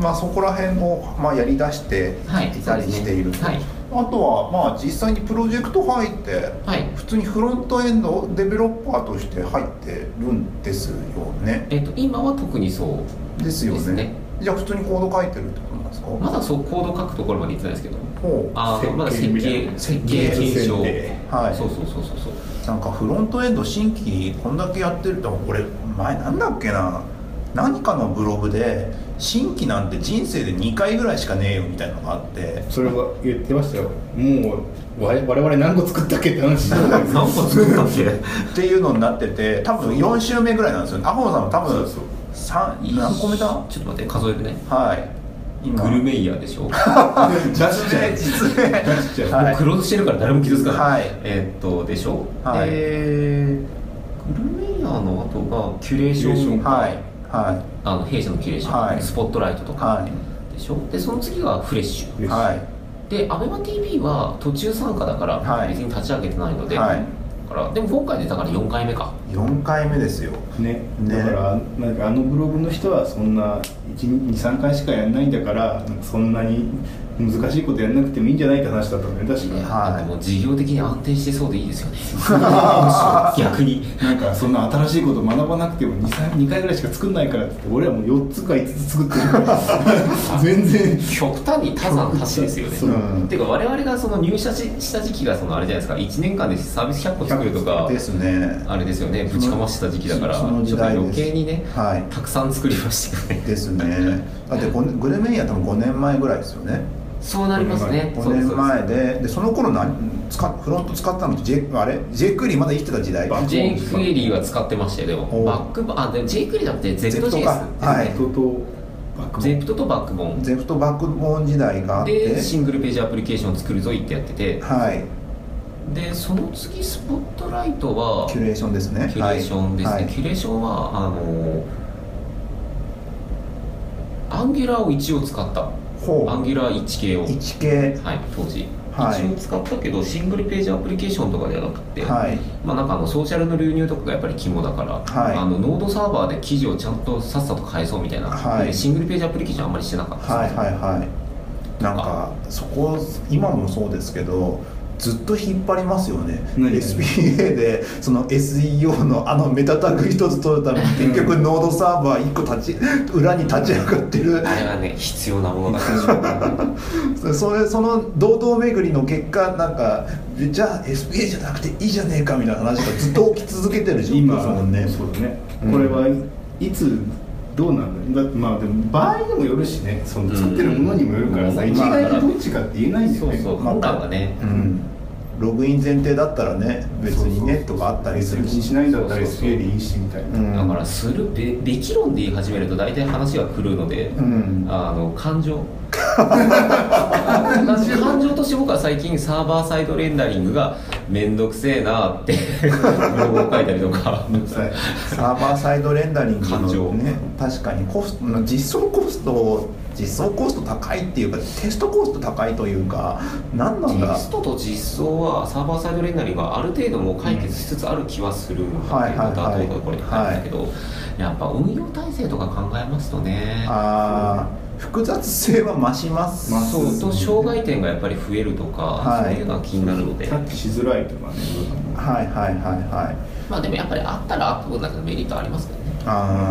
S1: まあ、そこら辺も、まあ、やりだして
S3: いはい
S1: いたりしている、
S3: はい
S1: あとは、まあ、実際にプロジェクト入って
S3: はい
S1: 普通にフロントエンドデベロッパーとして入ってるんですよね
S3: えっと今は特にそう
S1: ですよ
S3: です
S1: ね
S3: ね
S1: じゃあ普通にコード書いてるってことなんですか、
S3: まだそうコード書くところまで行ってないですけど
S1: ほう
S3: あーまだ設計
S1: 設
S3: 設
S1: 計
S3: 計検証
S1: はい
S3: そうそうそうそうそう
S1: なんかフロントエンド新規こんだけやってると俺前なんだっけな何かのブログで新規なんて人生で2回ぐらいしかねえよみたいなのがあって
S2: それは言ってましたよもう我我々何個作ったっけって話してたんですよ
S3: 何個作ったっけ
S1: っていうのになってて多分4週目ぐらいなんですよねアホさんも多分
S2: そう
S1: 三何個目だ
S3: ちょっと待って数えるね
S1: はい今
S3: グルメイヤーでしょ
S2: 出しちゃう
S1: 実名
S2: 出しちゃう
S1: はい
S3: もうクローズしてるから誰も傷つかない、
S1: はい
S3: えーっとでしょ、
S1: はい
S3: えー、グルメイヤーの後がキュレーション
S2: キュレーション
S1: はいは
S3: あの弊社のキュレーション、
S1: はい
S3: スポットライトと
S1: い
S3: か
S1: は
S3: でしょでその次がフレッシュ
S1: い
S2: よし
S1: はい
S3: で ABEMATV は途中参加だから、
S1: はい
S3: 別に立ち上げてないので、
S1: はい
S3: だからでも今回でだから4回目か
S1: 4回目ですよ
S2: ね
S1: ね
S2: だからなんかあのブログの人はそんな123回しかやんないんだからなんかそんなに難しいことやんなくてもいいんじゃないって話だったんだよね確か、
S1: はい
S3: なんかもう事業的に安定してそうでいいです よね逆に
S2: なんかそんな新しいこと学ばなくても 2, 2回ぐらいしか作んないからって言って俺らもう4つか5つ作 ってるから全然
S3: 極端に多山多しですよね
S2: そう
S1: うん
S3: ていうか我々がその入社しした時期がそのあれじゃないですか1年間でサービス100個作るとか
S1: ですね
S3: あれですよねぶちかましてた時期だからち
S1: そ
S3: ょ
S1: の
S3: っ
S1: 時
S3: と
S1: 代です
S3: 余計にね
S1: はい
S3: たくさん作りましたよね
S1: ですねだってごねグルメイヤー多分5年前ぐらいですよね
S3: そうなりますね
S1: 5年前ででその頃何使っフロント使ったのってジェあれジェクリーまだ生きてた時代
S2: バッ
S3: ジェイクエリーは使ってましたよで
S1: お
S3: もバックボンあでもジェイクエリーじゃなくて ZJS ですね
S1: Z かはい
S2: 人とバックボーン
S3: Z とバ
S1: ゼフトバッ
S3: ックボン
S1: クボーン時代があって
S3: でシングルページアプリケーションを作るぞいってやってて
S1: はい
S3: でその次スポットライトは
S1: キュレーションですね
S3: キュレーションですね、
S1: はいはい
S3: キュレーションはあのアンギュラーを1を使った
S1: ほ
S3: アン
S1: う
S3: ギュラー1系を、
S1: 1系
S3: はい、当時、
S1: はい
S3: 一応使ったけどシングルページアプリケーションとかではなくて、
S1: はい
S3: まあ、なんかあのソーシャルの流入とかがやっぱり肝だから、
S1: はい
S3: あのノードサーバーで記事をちゃんとさっさと返そうみたいな、
S1: はい
S3: でシングルページアプリケーションあんまりしてなかった
S1: はい
S3: ですね
S1: はいはいなんかそこ今もそうですけどずっと引っ張りますよね
S2: 何
S1: SPA でその SEO のあのメタタグ一つ取るために結局ノードサーバー一個立ち裏に立ち上がってる
S3: あれはね必要なものだから
S1: それその堂々巡りの結果なんかじゃあ SPA じゃなくていいじゃねえかみたいな話がずっと起き続けてる状況
S2: 今
S1: ですもんね
S2: そうだね、
S1: うん
S2: これはいつどうなんだだってまあでも場合にもよるしねその作ってるものにもよるからさ、
S3: うん
S2: 一概にどっちかって言えな いんだよ
S3: そ
S2: ね
S3: うそう今回はね
S1: うんログイン前提だったらね別にねとかあったりする
S2: 気に
S1: し
S2: しないんだったら
S3: そうそうそう
S2: SPA でいいしみたいな、
S1: うん
S3: だからするべべき論で言い始めると大体話が狂うので、
S1: うん
S3: あの感情 感情感情として僕は最近サーバーサイドレンダリングが面倒くせえなって ブログを書いたりとか
S2: めんどくさい
S1: サーバーサイドレンダリング
S3: 感
S1: の
S3: 情
S1: ね確かにコスト実装コスト実装コスト高いっていうかテストコスト高いというか何なんだ
S3: テストと実装はサーバーサイドレンダリングはある程度もう解決しつつある気はするの
S1: は
S3: だ
S1: い
S3: け
S1: はいはい
S3: どダートボードこれに書いてたけど、やっぱ運用体制とか考えますとね
S1: あー複雑性は増します
S2: まあ
S3: そ
S2: そう
S3: う
S2: ですね
S3: と障害点がやっぱり増えるとか、
S1: はい
S3: そういうのが気になるので
S2: キャッチしづらいとかね
S1: はいはいはいはい
S3: まあでもやっぱりあったらあったことだけのメリットありますけどね
S1: あ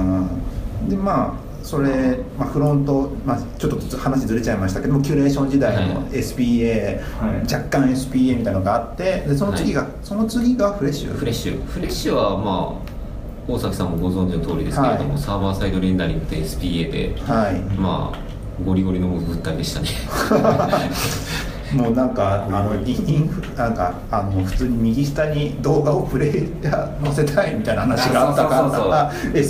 S1: ーでまあそれ、まあ、フロント、まあ、ちょっと話ずれちゃいましたけどもキュレーション時代の
S3: はい
S1: SPA、
S2: はい
S1: 若干 SPA みたいなのがあってでその次が、その次がフレッシュ
S3: フレッシュフレッシュはまあ大崎さんもご存知の通りですけれども、
S1: は
S3: サーバーサイドレンダリングと SPA で
S1: はい
S3: まあゴリゴリの物体でしたね
S1: もうなんかあのインインフなんかあの普通に右下に動画をプレイヤー載せたいみたいな話があったか
S3: あそうそうそ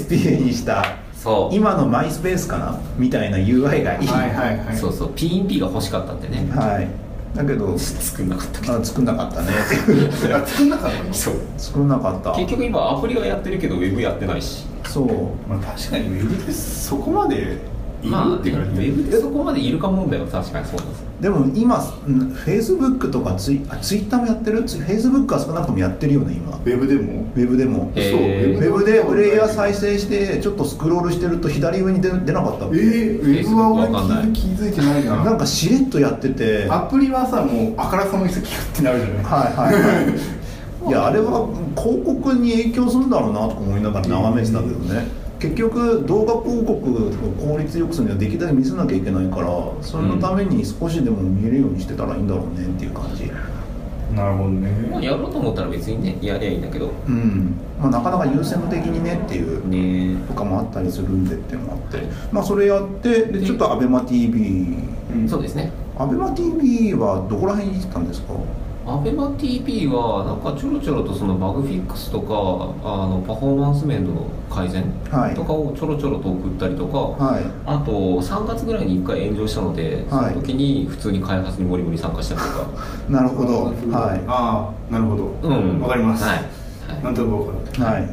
S3: うそう
S1: ら SPA にした
S3: そう
S1: 今のマイスペースかなみたいな UI がいい、
S2: はいはいはい
S3: そうそう PNP が欲しかったんでね
S1: はいだけど
S3: 作んなかったけど
S1: あ作んなかったね
S2: あ作んなかったの
S3: そう
S1: 作んなかった
S3: 結局今アプリはやってるけどウェブやってないし
S1: そう
S2: まあ確かにウェブでそこまでい
S3: まあ
S2: る
S3: ウ
S2: って言われて
S3: ェブでそこまでいるか問題は確かにそうなんです
S1: でも今フェイスブックとかツイあツイッターもやってるフェイスブックは少なくともやってるよね今ウ
S2: ウェブでも
S1: ェブでも
S3: え
S2: そう
S3: ー
S1: ウェブでプレイヤー再生してちょっとスクロールしてると左上に出出なかった
S2: えー、ウェブは俺
S3: Facebook わかんない
S2: 気づ気づいてないな
S1: なんかしれっとやってて
S2: アプリはさもうあからさまにさキュッてなるじゃない
S1: はいはい はいいやあれは広告に影響するんだろうなとか思いながら眺めてたけどね結局動画広告を効率よくするにはできるだけ見せなきゃいけないからそのために少しでも見えるようにしてたらいいんだろうねっていう感じ
S2: なるほど
S3: まあ
S2: ね
S3: やろうと思ったら別にねやりゃいいんだけど
S1: うん、まあ、なかなか優先的にねっていう
S3: ね
S1: とかもあったりするんでっていうのもあってまあそれやってでちょっと ABEMATV
S2: うん
S3: そうですね
S1: アベマ t v はどこら辺に行ってたんですか
S3: アベマ t v はなんかちょろちょろとそのバグフィックスとかあのパフォーマンス面の改善
S1: はい
S3: とかをちょろちょろと送ったりとか、
S1: はい
S3: あと3月ぐらいに1回炎上したので、
S1: はい
S3: その時に普通に開発にモリモリ参加したりとか
S1: なるほどは
S2: ああなるほど
S3: うん
S2: わかります
S3: はい、
S2: な
S3: は
S2: ん
S3: い、
S2: となくわかる
S1: いはい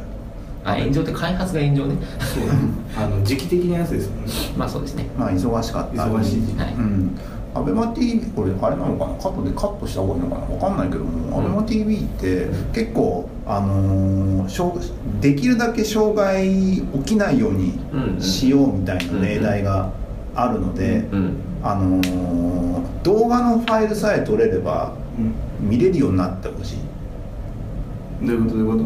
S3: あ炎上って開発が炎上ね
S2: そうあの時期的なやつですよね
S3: まあそうですね
S1: まあ忙しかった
S2: 忙しい時期
S3: はい
S1: うんアベマ t v これあれなのかなカットでカットした方がいいのかなわかんないけども、ア
S3: うん
S1: ベマ t v って結構、あのー障できるだけ障害起きないように
S3: うんうん
S1: しようみたいな命題があるので、
S3: うん
S1: あのー動画のファイルさえ取れれば
S2: うん
S1: 見れるようになってほしいっ
S2: どういうことどういうこと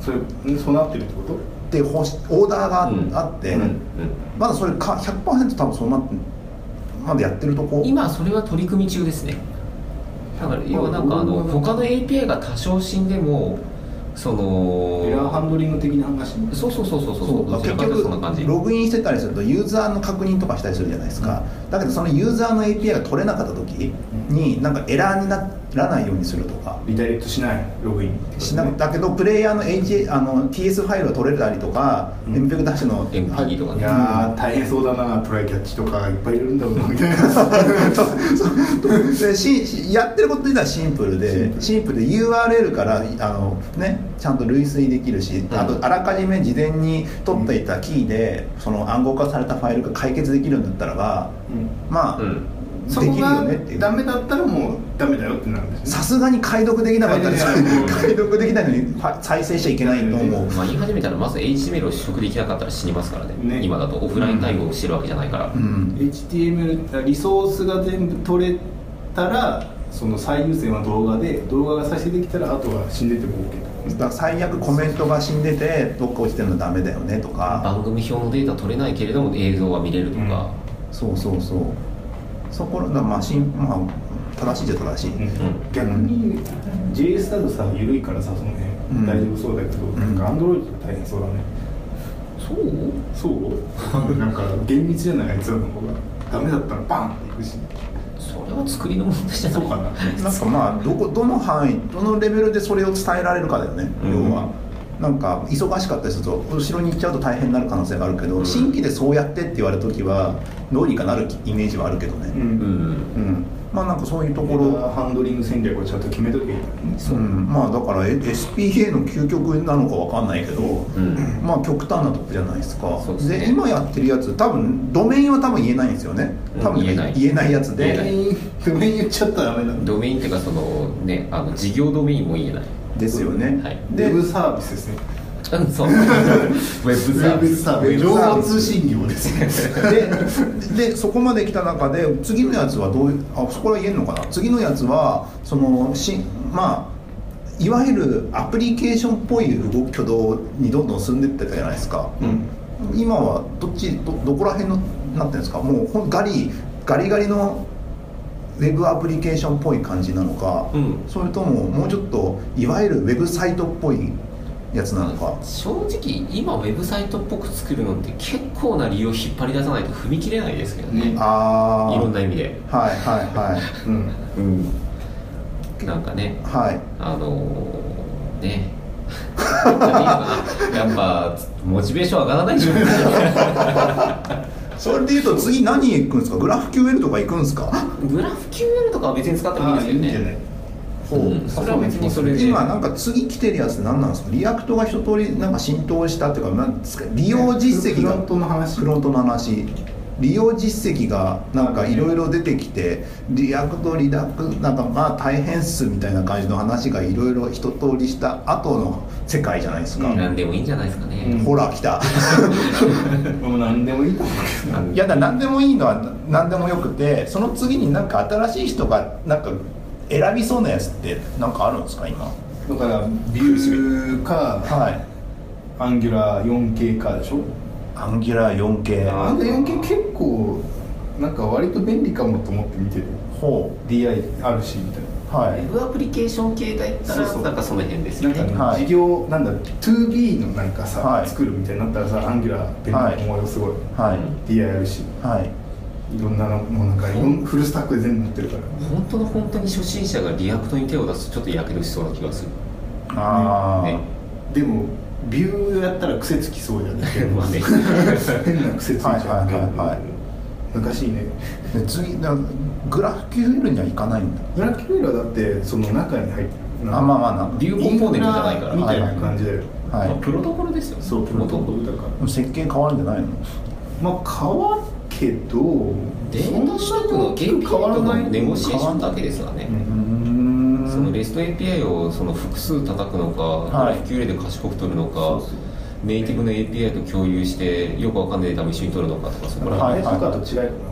S2: それんそうなってるってこと
S1: てほしオーダーがあ,、
S3: うん
S1: って、
S3: うん
S1: まだそれか100%多分そうなってまだやってると
S3: う
S1: こ
S3: ん今それは取り組み中ですねだから要はなんかあの他の API が多少死んでもその
S2: エラーハンドリング的な話
S3: そうそうそうそうそう
S1: そう
S3: どち
S1: 結
S3: らかというとそんな感じ
S1: 局ログインしてたりするとユーザーの確認とかしたりするじゃないですか、だけどそのユーザーの API が取れなかった時になんかエラーになっらないようにするとか
S2: リダイレクトしないログイン
S1: しなだけどプレイヤーの H あの PS ファイルが取れたりとか、
S2: うん
S1: MPEG ダッシュの
S3: MP とか
S2: い
S3: ね
S2: やー大変そうだなトライキャッチとかいっぱいいるんだろうなみたいな
S1: でししやってること自体はシンプル
S2: シン
S1: で
S2: プル
S1: シンプルで URL からあの、ね、ちゃんと類推できるし、
S3: ん
S1: あとあらかじめ事前に取っていたキーで、その暗号化されたファイルが解決できるんだったらばまあ、
S3: うん
S1: で
S2: そ
S1: き
S2: こ
S1: るよ
S2: が
S1: ねっていう
S2: ダメだったらもうダメだよってなるんです
S1: さ
S2: ね
S1: すがに解読できなかったです
S2: 解読できない
S1: 解読できないのにファ再生しちゃいけないと思う、
S3: まあ、言い始めたらまず HTML を取得できなかったら死にますからね
S2: ね
S3: 今だとオフライン対応してるわけじゃないから、
S1: うん、
S2: HTML リソースが全部取れたらその最優先は動画で動画が再生できたらあとは死んでても OK
S1: だ
S2: と
S1: から最悪コメントが死んでてどっか落ちてるのダメだよねとか
S3: 番組表のデータ取れないけれども映像は見れるとか、
S1: そうそうそうそこらだからまあしんまあ正しいじゃ正しい、
S2: うん
S3: うん
S2: 逆に JS だとさ緩いからさその辺、
S1: ん
S2: 大丈夫そうだけど、
S1: ん
S2: なんか Android が大変そうだね
S3: そう
S2: そうなんか厳密じゃないあいつらの方がダメだったらバンっていくし
S3: それは作りの問題じゃない
S2: そうかな
S1: なんかまあどこどの範囲どのレベルでそれを伝えられるかだよね、
S3: うん
S1: 要はなんか忙しかったりすると後ろに行っちゃうと大変になる可能性があるけど、
S3: うん
S1: 新規でそうやってって言われた時はどうにかなるイメージはあるけど
S2: う
S1: ね、
S3: うんん
S1: うんまあなんかそういうと
S2: と
S1: こ
S2: ころ
S1: ろ
S2: ハンドリング戦略をちゃんと決めとけばいいんだ
S1: う、ん、まあだからえ SPA の究極なのかわかんないけど、
S3: うん
S1: まあ極端なとこじゃないですか
S3: そうです
S1: で,、
S3: ね
S1: 今やってるやつ多分ドメインは多分言えないんですよね
S3: うん
S1: 多分
S3: 言えない
S1: 言えないやつ
S3: 言え
S2: ド
S3: な
S1: で
S2: メインドメイン言っちゃったらダメなんだ
S3: ドメインっていうかそのねあの事業ドメインも言えない
S1: ですよね、
S3: はい
S1: で
S2: ウェブサービスですね
S3: うん そうウェブ
S2: ウ
S3: サ
S2: ェ
S3: ービ
S2: ブ
S3: ス
S2: サービス情報通信業ですね
S1: ででそこまで来た中で次のやつはどういうあそこら言えるのかな次のやつはそのしまあいわゆるアプリケーションっぽい動き挙動にどんどん進んでってたじゃないですか、
S2: うん
S1: 今はどっちどどこら辺のなんていうんですかもうほんガリガリガリのウェブアプリケーションっぽい感じなのか、
S3: うん
S1: それとももうちょっといわゆるウェブサイトっぽいやつなのか、
S3: 正直今ウェブサイトっぽく作るのって結構な理由を引っ張り出さないと踏み切れないですけどね
S2: ね
S1: ああ
S3: いろんな意味で
S1: はいはいはい
S2: うん
S3: うんなんかね
S1: はい
S3: あのー、ね言っちゃっていいのかなやっぱモチベーション上がらないでしょ
S1: それでいうと次何行くんですかグラフ QL とか行くんですか
S3: グラフ QL とかは別に使ってもいい
S2: あ
S3: で
S2: あ
S3: す
S2: いい
S3: よ
S2: ん
S3: ね
S2: じゃない
S1: ほう
S3: うんそれは別にそれで
S1: 今なんか次来てるやつ何なんですかリアクトが一通りなんか浸透したっていうかなんですか利用実績が
S2: フロントの 話
S1: フロントの話利用実績がなんかいろいろ出てきてリアクトリダックなんかまあ大変っすみたいな感じの話がいろいろ一通りした後の世界じゃないですか、
S3: なんでもいいんじゃないですかね、
S1: ほら来た
S2: もう何でもいいと思うけど
S1: いやだ何でもいいのは何でもよくてその次になんか新しい人がなんか選びそうなやつってなんかあるんですか今
S2: だからビューか
S1: はい
S2: アンギュラー 4K かでしょ
S1: アンギュラー 4K
S2: アンギュラー 4K 結構なんか割と便利かもと思って見てる
S1: ほ
S2: DI あるしみたいな
S1: うは
S3: ウェ
S1: い
S3: ブアプリケーション系だった
S2: そうそ
S3: ら
S2: う
S3: なんかその辺です
S2: な
S3: よ
S2: ん
S3: ね
S2: かね、
S1: はい
S2: 事業なんだ 2B のなんかさ、
S1: はい
S2: 作るみたいになったらさアンギュラー便利だと思うよすごい、
S1: はい
S2: DI あるし
S1: はい
S2: いろんなのもうなんかいろんフルスタックで全部持ってるから
S3: 本当の本当に初心者がリアクトに手を出すとちょっとやけどしそうな気がする
S1: ああ、
S3: ね
S2: でもビューやったら癖つきそう じゃない
S3: まあね
S2: 変な癖ついちゃうから、
S1: はいはいはいは
S2: 難しいね
S1: で次なグラフ QL には行かないんだ
S2: ブラックメールはだってその中に入ってる
S1: あまあまあなん
S3: ビューコンポーネントじゃないから
S2: みたい
S1: はい
S2: な感じだよ、
S1: あはい
S3: まあプロトコルですよね
S2: そうプロトコ
S3: 元
S2: ルだか
S1: で
S2: ら
S1: も設計変わるんじゃないの
S2: まあ変わるけど
S3: データ取得の API
S2: 変わら
S3: と
S2: な
S3: の
S2: い
S3: ネゴシエーションだけですがね
S2: う
S1: うー
S2: ん
S1: ん
S3: その REST API をその複数叩くのか、
S1: はい
S3: 普及例で賢く取るのか
S2: そうそう
S3: ネイティブの API と共有してよくわかんないデータも一緒に取るのかとかそこら
S1: は
S2: あ
S1: い
S2: れとかと違い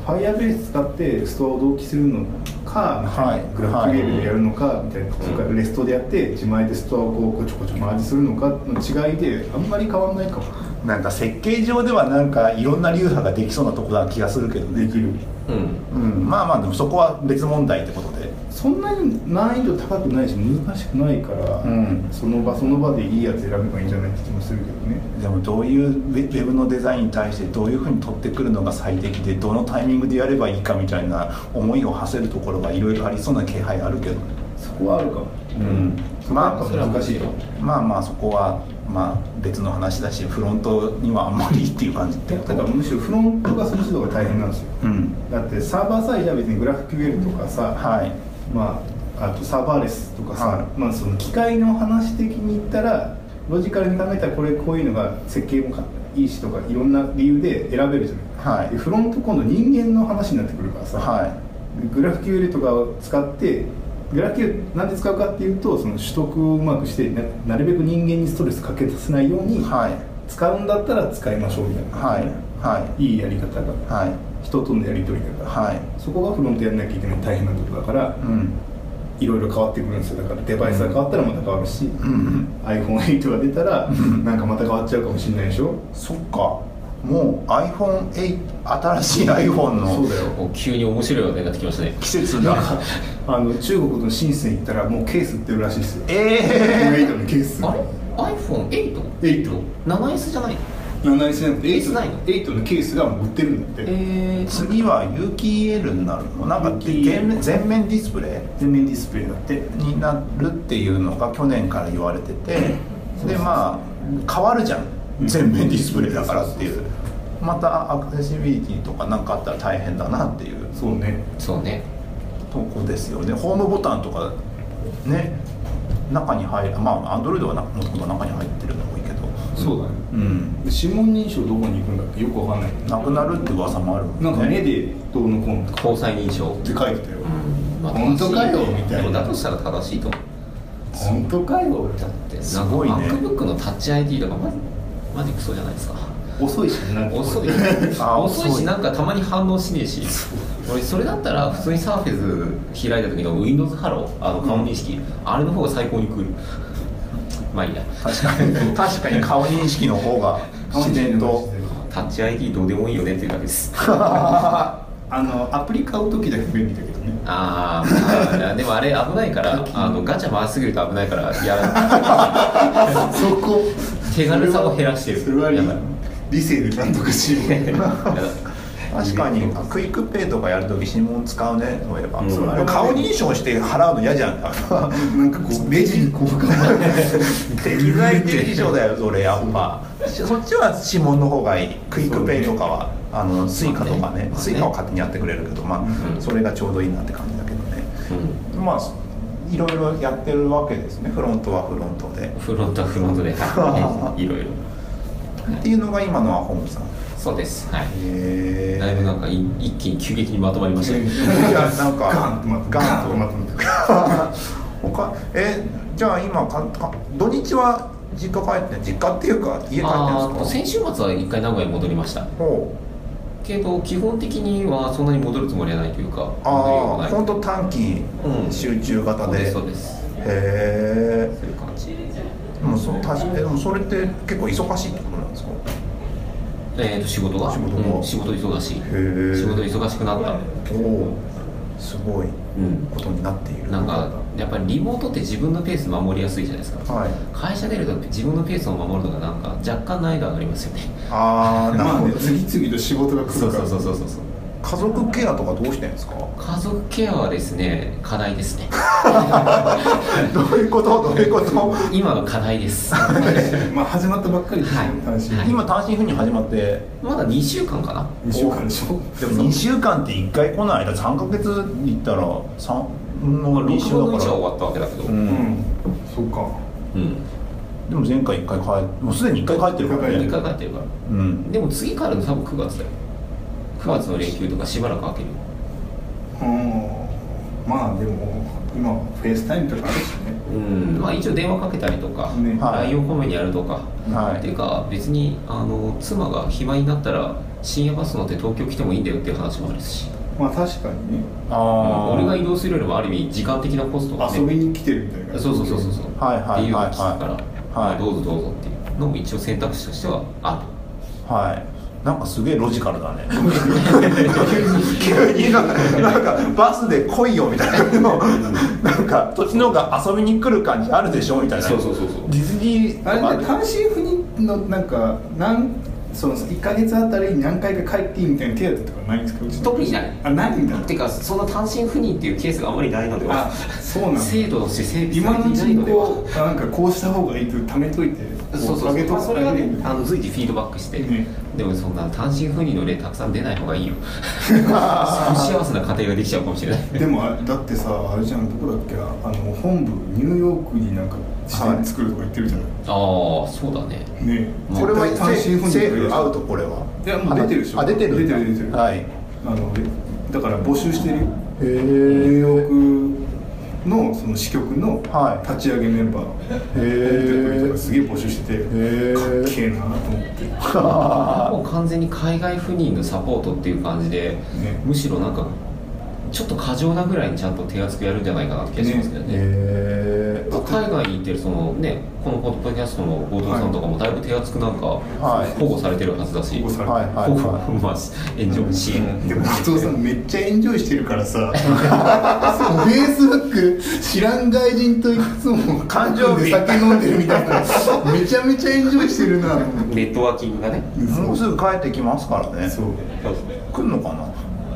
S2: かな、Firebase 使ってストアを同期するのか、
S1: はい
S2: グラフィックウェーブでやるのかみたいな、それからレストでやって、自前でストアをこうこちょこちょマージするのかの違いで、あんまり変わんないかも、
S1: なんか設計上ではなんかいろんな流派ができそうなとこだ気がするけど
S2: で
S1: ね
S2: きる、
S3: 辺うん
S1: うんまあまあでもそこは別問題ってことで
S2: そんなに難易度高くないし、難しくないから、
S1: うん
S2: その場その場でいいやつ選べばいいんじゃないって気もするけどね。
S1: でもどういうウェウェブのデザインに対してどういうふうに取ってくるのが最適でどのタイミングでやればいいかみたいな思いを馳せるところがいろいろありそうな気配あるけどね
S2: それこはあるかも
S1: うんまあ
S2: それは難しいと
S1: まあまあそこはまあ別の話だしフロントにはあんまりっていう感じってこ
S2: だ
S1: と
S2: からむしろフロントがその指導が大変なんですよ
S1: うん
S2: だってサーバーサイドは別にグラフ QL とかさ、
S1: はい
S2: まあ、あとサーバーレスとかさ、
S1: はい
S2: まあ、その機械の話的に言ったらロジカルに考えたらこれこういうのが設計もいいしとかいろんな理由で選べるじゃない、
S1: はい
S2: でフロント今度人間の話になってくるからさ、
S1: は
S2: グラフ QL とかを使ってグラフ QL なんで使うかっていうとその取得をうまくしてななるべく人間にストレスかけさせないよう
S1: い
S2: に
S1: はい
S2: 使うんだったら使いましょうみたいな、
S1: はいはい
S2: い、いやり方が
S1: はい
S2: 人とのやり取り方
S1: はい
S2: そこがフロントやんなきゃいけない大変なとこだから
S1: うん
S2: いろいろ変わってくるんですよだからデバイスが変わったらまた変わるし、
S1: うん
S2: iPhone8 が出たら
S1: ん
S2: なんかまた変わっちゃうかもしれないでしょ
S1: そっかもう iPhone8 新しい iPhone
S2: そう
S1: の
S2: だよ
S3: こう急に面白い話題になってきましたね
S1: 季節だ
S2: あの中国の深セン行ったらもうケース売ってるらしいですよ
S1: ええ
S2: 8のケース
S3: あれ iPhone8?8 7S じゃない
S2: 7セン
S3: ケースないの
S2: 8のケースがもう売ってるんだって、
S3: えー、
S1: 次は有機 EL になるのなんかで
S2: UKEL
S1: 全面全面ディスプレイ
S2: 全面ディスプレイだって
S1: になるっていうのが去年から言われててでまあ変わるじゃ
S2: うんん
S1: 全面ディスプレイだからっていうまたアクセシビリティとか何かあったら大変だなっていう
S2: そうね
S3: そうね
S1: とこですよねホームボタンとかね中に入るまあアンドロイドはなもともと中に入ってるのも多いけど
S2: そうだね
S1: うん
S2: 指紋認証どこに行くんだっけよくわかんない
S1: なくなるって噂もあるもんね
S2: なんか目でどうのこうのとか
S3: 交際認証
S2: って書いてたよ
S3: まあ
S2: 本当かよ
S3: 正
S2: み
S3: し
S2: たいな
S3: でもだとしたら正しいと思う
S2: 本当かよ
S3: だって
S1: すごいね
S3: なんか MacBook のタッチ ID とかマジマジクソじゃないで すか
S2: 遅いしねなんか
S3: 遅い
S1: あ
S3: 遅い
S1: 遅い
S3: しなんかたまに反応しねえし俺それだったら普通にサーフェス開いた時の Windows ハローあの顔認識、あれの方が最高に来る まあいいや
S1: 確かに確かに顔認識の方が自然と
S3: タッチ ID どうでもいいよねっていうだけです
S2: あのアプリ買う時だけ便利だけどね
S3: あー、まあ、でもあれ危ないからあのガチャ回しすぎると危ないからやら ない
S2: そこ
S3: 手軽さを減らしてる
S2: それは
S3: やばい
S2: 理性でなんとかしよ う
S1: 確かにあクイックペイとかやるとき指紋使うねそういえば、
S3: うん
S1: そうあれ顔認証して払うの嫌じゃん
S2: なんかこうレジにこうか
S1: 適材適所だよそれやっぱそっちは指紋の方がいいクイックペイとかは、あのスイカとかね、
S3: まあね
S1: スイカを勝手にやってくれるけどまあ、
S3: うん
S1: それがちょうどいいなって感じだけどね
S3: う
S1: まあいろいろやってるわけですねフロントはフロントで
S3: ん、フロントはフロン トではいいろいろ
S1: っていうのが今のはホームさんへ
S3: そうですはい
S1: え
S3: だいぶなんかい一気に急激にまとまりましたね
S1: いやなんか
S2: ガンとまた
S1: ガンと
S2: また
S1: 他えじゃあ今かか土日は実家帰って実家っていうか家帰
S3: あ
S1: って
S3: ー
S1: るんですか
S3: 先週末は一回名古屋に戻りました
S1: ほ
S3: けど基本的にはそんなに戻るつもりはないというか
S1: うああ本
S3: 戻るよ
S1: 当短期
S3: うん
S1: 集中
S3: うな
S1: 型
S3: いそうで
S1: で、
S3: す
S1: へ
S3: そうです
S1: え
S3: そういう感じ
S1: でもそう確かでもそれって結構忙しいってことなんですか
S3: えー、と仕事が
S1: 仕事が
S3: うん仕事忙しい
S1: ー
S3: 仕事忙しくなった
S1: おおすごい
S3: うん
S1: ことになっている
S3: なんかやっぱりリモートって自分のペース守りやすいじゃないですか
S1: はい
S3: 会社出ると自分のペースを守るのがなんか若干難易度上がりますよね
S1: ああなる
S2: まあ
S1: ほ
S2: ね
S1: ど
S2: 次々と仕事が来るから
S3: うそうそうそう
S1: 家族ケアとかどうしてんですか
S3: 家族ケアはですね課題ですね
S1: どういうことどういうこと
S3: 今の課題です
S2: まあ始まったばっかりですよ
S3: はい
S2: 話
S3: はい
S1: 今単身赴任始まって
S3: まだ2週間かな
S2: 2週間でしょ
S1: でも2週間って1回来ない間3ヶ月行ったら3
S3: まあ
S1: の
S3: 6分
S1: 2
S3: の
S1: 週
S3: 1は
S1: だか
S3: 終
S1: ら、
S3: わったわけだけど、
S1: う
S2: うんんそうか
S3: うん
S1: でも前回1回帰もうすでに1回帰ってるから
S3: 一
S1: ね、
S3: 回帰ってるから
S1: うん、
S3: でも次からの多分9月だよ9月の連休とかしばらく空けるよ
S2: うんまあでも今フェイスタイムとかあるしね
S3: うんまあ一応電話かけたりとか
S2: ね
S3: LINE をこまめにやるとか、
S1: はい
S3: っていうか別にあの妻が暇になったら深夜バス乗って東京来てもいいんだよっていう話もあるし
S2: まあ確かにね
S1: あー
S3: 俺が移動するよりもある意味時間的なコストがね
S2: 遊びに来てるみたいな
S3: そうそうそうそうそう
S1: はいはいはいはい
S3: っていうのを聞くから、
S1: はい
S3: まあどうぞどうぞっていうのも一応選択肢としてはある
S1: はいなんかすげえロジカル だね急になんかなんかバスで来いよみたいなのなんか土地の方が遊びに来る感じあるでしょみたいな
S3: そうそうそうそう
S1: ディズニー
S2: あれね単身赴任のなんか何その1か月あたりに何回か帰っていいみたいな手当とかないんですかうち
S3: 特にない
S2: あないんだ
S3: ていうかそんな単身赴任っていうケースがあまりないのでは
S2: あそうなんだ
S3: 制度として整備さ
S2: 今の
S3: れて
S2: う
S3: い
S2: ち
S3: ないの
S2: に
S3: では
S2: こうなんかこうした方がいいと貯めといて
S3: そうそ
S2: お
S3: う
S2: かげ
S3: そう、
S2: と
S3: まあ、それはね
S2: か
S3: あの随時フィードバックして、
S2: ね
S3: でもそんな単身赴任の例たくさん出ない方がいいよ不幸せな家庭ができちゃうかもしれない
S2: でもあだってさあれじゃんどこだっけなあの本部ニューヨークになんか支
S1: は
S2: 店
S1: い
S2: 作るとか言ってるじゃない、
S3: ああそうだね
S2: ね
S1: これは
S2: 絶対単身赴任
S1: セーフアウ
S2: ト
S1: トこれはい
S2: やもう出てるでしょ
S1: あ出てる
S2: 出てる出てる
S1: はいへ
S2: あのでだから募集してるよニュー
S1: え
S2: ヨークのその支局の
S1: はい
S2: 立ち上げメンバーを
S1: へえ
S2: すげえ募集しててか
S1: へー
S2: っけえなと思って
S3: もう完全に海外赴任のサポートっていう感じで、むしろなんかちょっと過剰なぐらいにちゃんと手厚くやるんじゃないかなって気がしますけどね
S1: へ え
S3: 海外に行ってるそのねこのポッドキャストの後藤さんとかもだいぶ手厚くなん
S1: い
S3: か保護されてるはずだし、
S2: 保護され
S1: はいはい
S3: 保護
S1: は
S3: まあ炎上支援
S2: でも松尾さんめっちゃエンジョイしてるからさそうフェイスブック知らん外人といつも
S1: 誕生日
S2: 韓国で酒飲んでるみたいなめちゃめちゃエンジョイしてるなと思って
S3: ネットワーキングがね
S1: いもうすぐ帰ってきますからね
S2: そう
S3: そうですね
S1: 来んのかな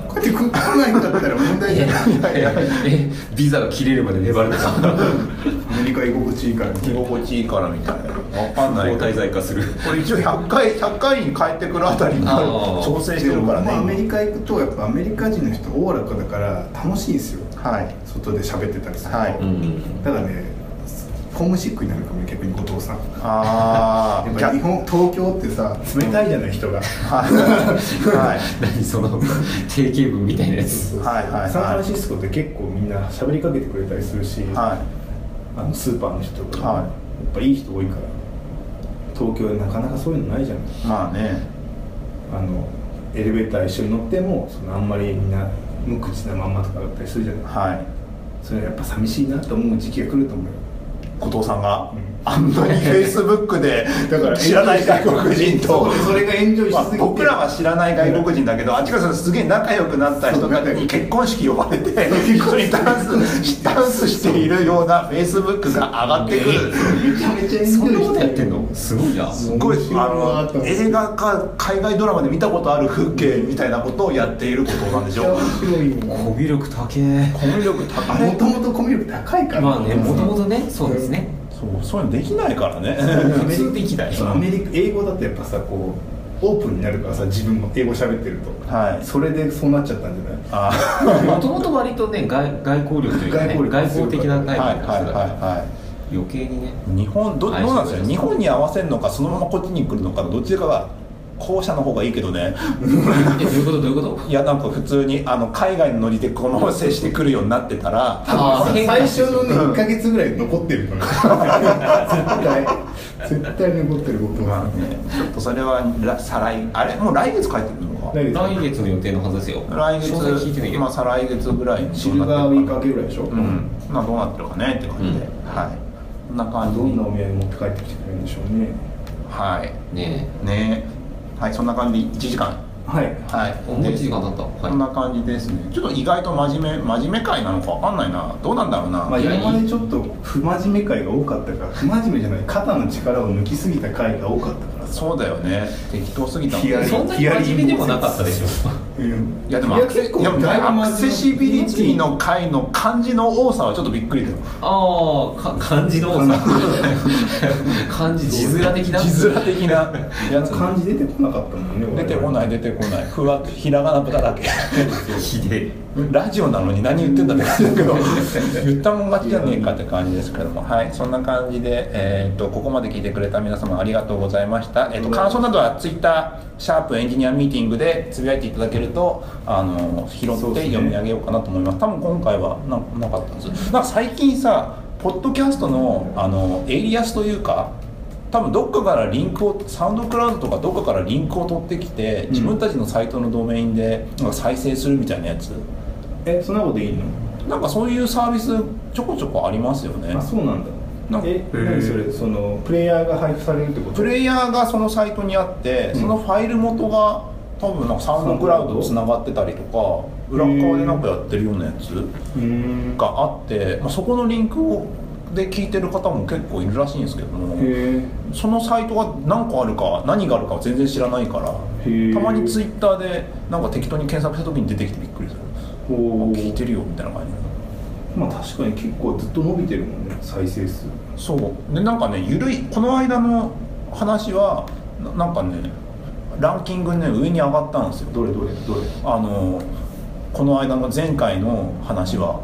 S2: こうやって来ないんだったら問題じゃない
S3: えビザが切れるまで粘る とか
S2: アメリカ居心地いいから
S1: 居心地いいからみたいなわかんない
S3: 交
S1: けど
S3: 代在化する
S1: これ一応100回100回に帰ってくるあたりに
S3: あー
S1: 調整してるからね
S2: でもまあアメリカ行くとやっぱアメリカ人の人おおらかだから楽しいんですよ
S1: はい
S2: 外で喋ってたりすると、
S1: は
S3: う
S1: い
S3: ん
S2: ただねホームシックになるかもね逆に後藤さん
S1: あ
S2: やっ
S1: あ
S2: ぱ日本東京ってさ冷たいじゃない人が
S1: はい
S3: 何その定型文みたいなやつ
S1: はいはいはい
S2: サンフランシスコって結構みんな喋りかけてくれたりするし、
S1: は
S2: あのスーパーの人とか、
S1: はい
S2: やっぱいい人多いから東京でなかなかそういうのないじゃん
S1: いまあね
S2: あのエレベーター一緒に乗ってもそのあんまりみんな無口なまんまとかだったりするじゃない
S1: はい
S2: それはやっぱ寂しいなと思う時期が来ると思うよ
S1: 後藤さんが
S2: うん
S1: あんなにフェイスブックで
S2: だから
S1: 知らない外国人と
S2: そうそれがエンジョイし
S1: ますあ
S2: ぎて、
S1: 僕らは知らない外国人だけどあっちからするとすげえ仲良くなった人たちに結婚式呼ばれて一緒にダンスダンスしているようなフェイスブックが上がってくる
S2: めちゃめちゃエンジョイして
S3: そんなことやってんのすごいな
S1: すごい
S2: 面白いなと思
S1: あ
S2: って
S1: の映画か海外ドラマで見たことある風景みたいなことをやっていることなんでし
S2: めっちゃ
S1: ょう
S2: 面白いもん
S3: コミュ力高え
S1: コミュ力高
S2: も
S1: い
S2: ともとコミュ力高いから
S3: まあねもともとねそうですね
S1: そうそういうのできないからね
S3: 普通できない
S2: そうアメリカ英語だとやっぱさこうオープンになるからさ自分も英語喋ってると、
S1: はい
S2: それでそうなっちゃったんじゃない
S1: あ
S3: もともと割とね外外交力というかね
S2: 外交力
S3: 外交的な
S1: ー
S3: タイ
S1: はい
S3: プ
S1: は
S3: の
S1: い
S3: 人だから
S1: はいはい
S3: 余計にね
S1: 日本どどうなんですか日本に合わせるのかそのままこっちに来るのかどっちかが後者の方がいいけどね
S3: えどういうことどういう こと
S1: いやなんか普通にあの海外のノリでこのまま接してくるようになってたら
S3: あー変化
S2: 最初のね
S1: うん
S2: 1か月ぐらい残ってるから絶対絶対残ってること
S1: まあ
S2: が
S1: ねちょっとそれはら再来あれもう来月帰ってくるのか
S2: 来月
S3: 来月の予定のはずですよ
S1: 来
S3: 詳細聞いてな
S1: 月
S3: いけど、
S1: まあ再来月ぐらいに
S2: シル
S1: どうな
S2: バー
S1: ってるか
S2: ウィーク明けぐらいでしょ、
S1: うんまあどうなってるかねって感じで、
S3: うん
S1: はいこんな
S2: あ
S1: 感じ
S2: どん
S1: に
S2: なお土産持って帰ってきてくれるんでしょうね
S1: はい
S3: ね
S1: ねはいそんな感じで1時間
S2: はい
S1: はい
S3: えもう1時間経った
S1: こんな感じですねちょっと意外と真面目真面目会なのか分かんないなどうなんだろうな、
S2: まあ、
S3: いや
S2: 今までちょっと不真面目回が多かったから不真面目じゃない肩の力を抜きすぎた回が多かったからさ
S1: そうだよね適当すぎたもん
S2: いや
S1: ね
S2: い
S3: そんなに真面目でもなかったでしょ
S2: い
S1: いやでもアクセいやでもアクセシビリティの回の漢字の多さはちょっとびっくりだよ
S3: ああか漢字の 多さ漢字字面的な
S1: 字面的な やつ
S2: 漢字出てこなかったもん
S1: 出
S2: ね
S1: てこない出てこないふわっとひらがな豚だけ
S3: ひでえ
S1: ラジオなのに何言ってんだって感じだけ ど言ったもん勝ちじゃねえかって感じですけどもはいそんな感じで、えー、とここまで聞いてくれた皆様ありがとうございました、えー、と感想などは Twitter「シャープエンジニアミーティング」でつぶやいていただけるとあの拾って
S2: そうですね
S1: 読み上げようかなと思います多分今回はなんかなかったんですなんか最近さポッドキャストのあのエイリアスというか多分どっかからリンクをサウンドクラウドとかどっかからリンクを取ってきて自分たちのサイトのドメインでなんか再生するみたいなやつ
S2: えそんなこといいの
S1: なんかそういうサービスちょこちょこありますよね
S2: あそうなんだ
S1: なん
S2: え何それそのプレイヤーが配布されるってこと
S1: プレイヤーがそのサイトにあって、
S2: うん
S1: そのファイル元が多分なんかサウンドクラウドとつながってたりとか裏側でなんかやってるようなやつ
S2: うーん
S1: があって、まあ、そこのリンクをで聞いてる方も結構いるらしいんですけども
S2: へえ
S1: そのサイトが何個あるか何があるかは全然知らないから
S2: へえ
S1: たまにツイッターでなんか適当に検索した時に出てきてびっくりする
S2: お
S1: 聞いてるよみたいな感
S2: まあ確かに結構ずっと伸びてるもんね再生数
S1: じそうでなんかねゆるいこの間の話はななんかねランキングね上に上がったんですよ
S2: どれどれどれ
S1: あのこの間の前回の話は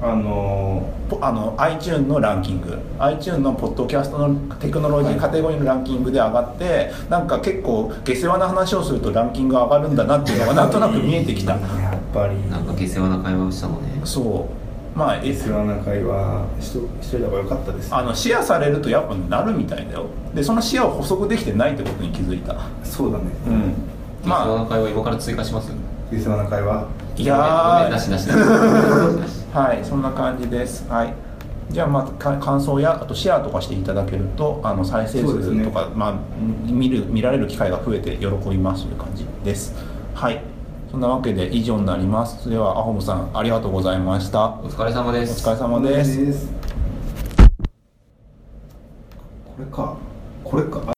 S2: あの
S1: ポあの iTune のランキング iTune のポッドキャストのテクノロジーカテゴリーのランキングで上がって、なんか結構下世話な話をするとランキング上がるんだなっていう のがなんとなく見えてきた
S2: ーやっぱり
S3: なんか下世話な会話をしたのね
S1: そうまあえ
S2: 世話な会はしとしといた方が良かったです
S1: あのシェアされるとやっぱなるみたいだよでそのシェアを補足できてないってことに気づいた
S2: そうだね
S1: うん
S3: 下世話
S1: ま
S3: な会話今から追加します
S2: 下世話な会はい
S1: やー
S3: ごめんなしなしなしな し
S1: あはいそんな感じですはいじゃあまあか感想やあとシェアとかしていただけるとあの再生
S2: そうです
S1: 数
S2: ね
S1: とか、まあ見る見られる機会が増えて喜びますという感じですはいそんなわけで以上になりますではアホムさんありがとうございましたお
S3: お疲れ様です
S1: 疲れ様です
S2: これかこれか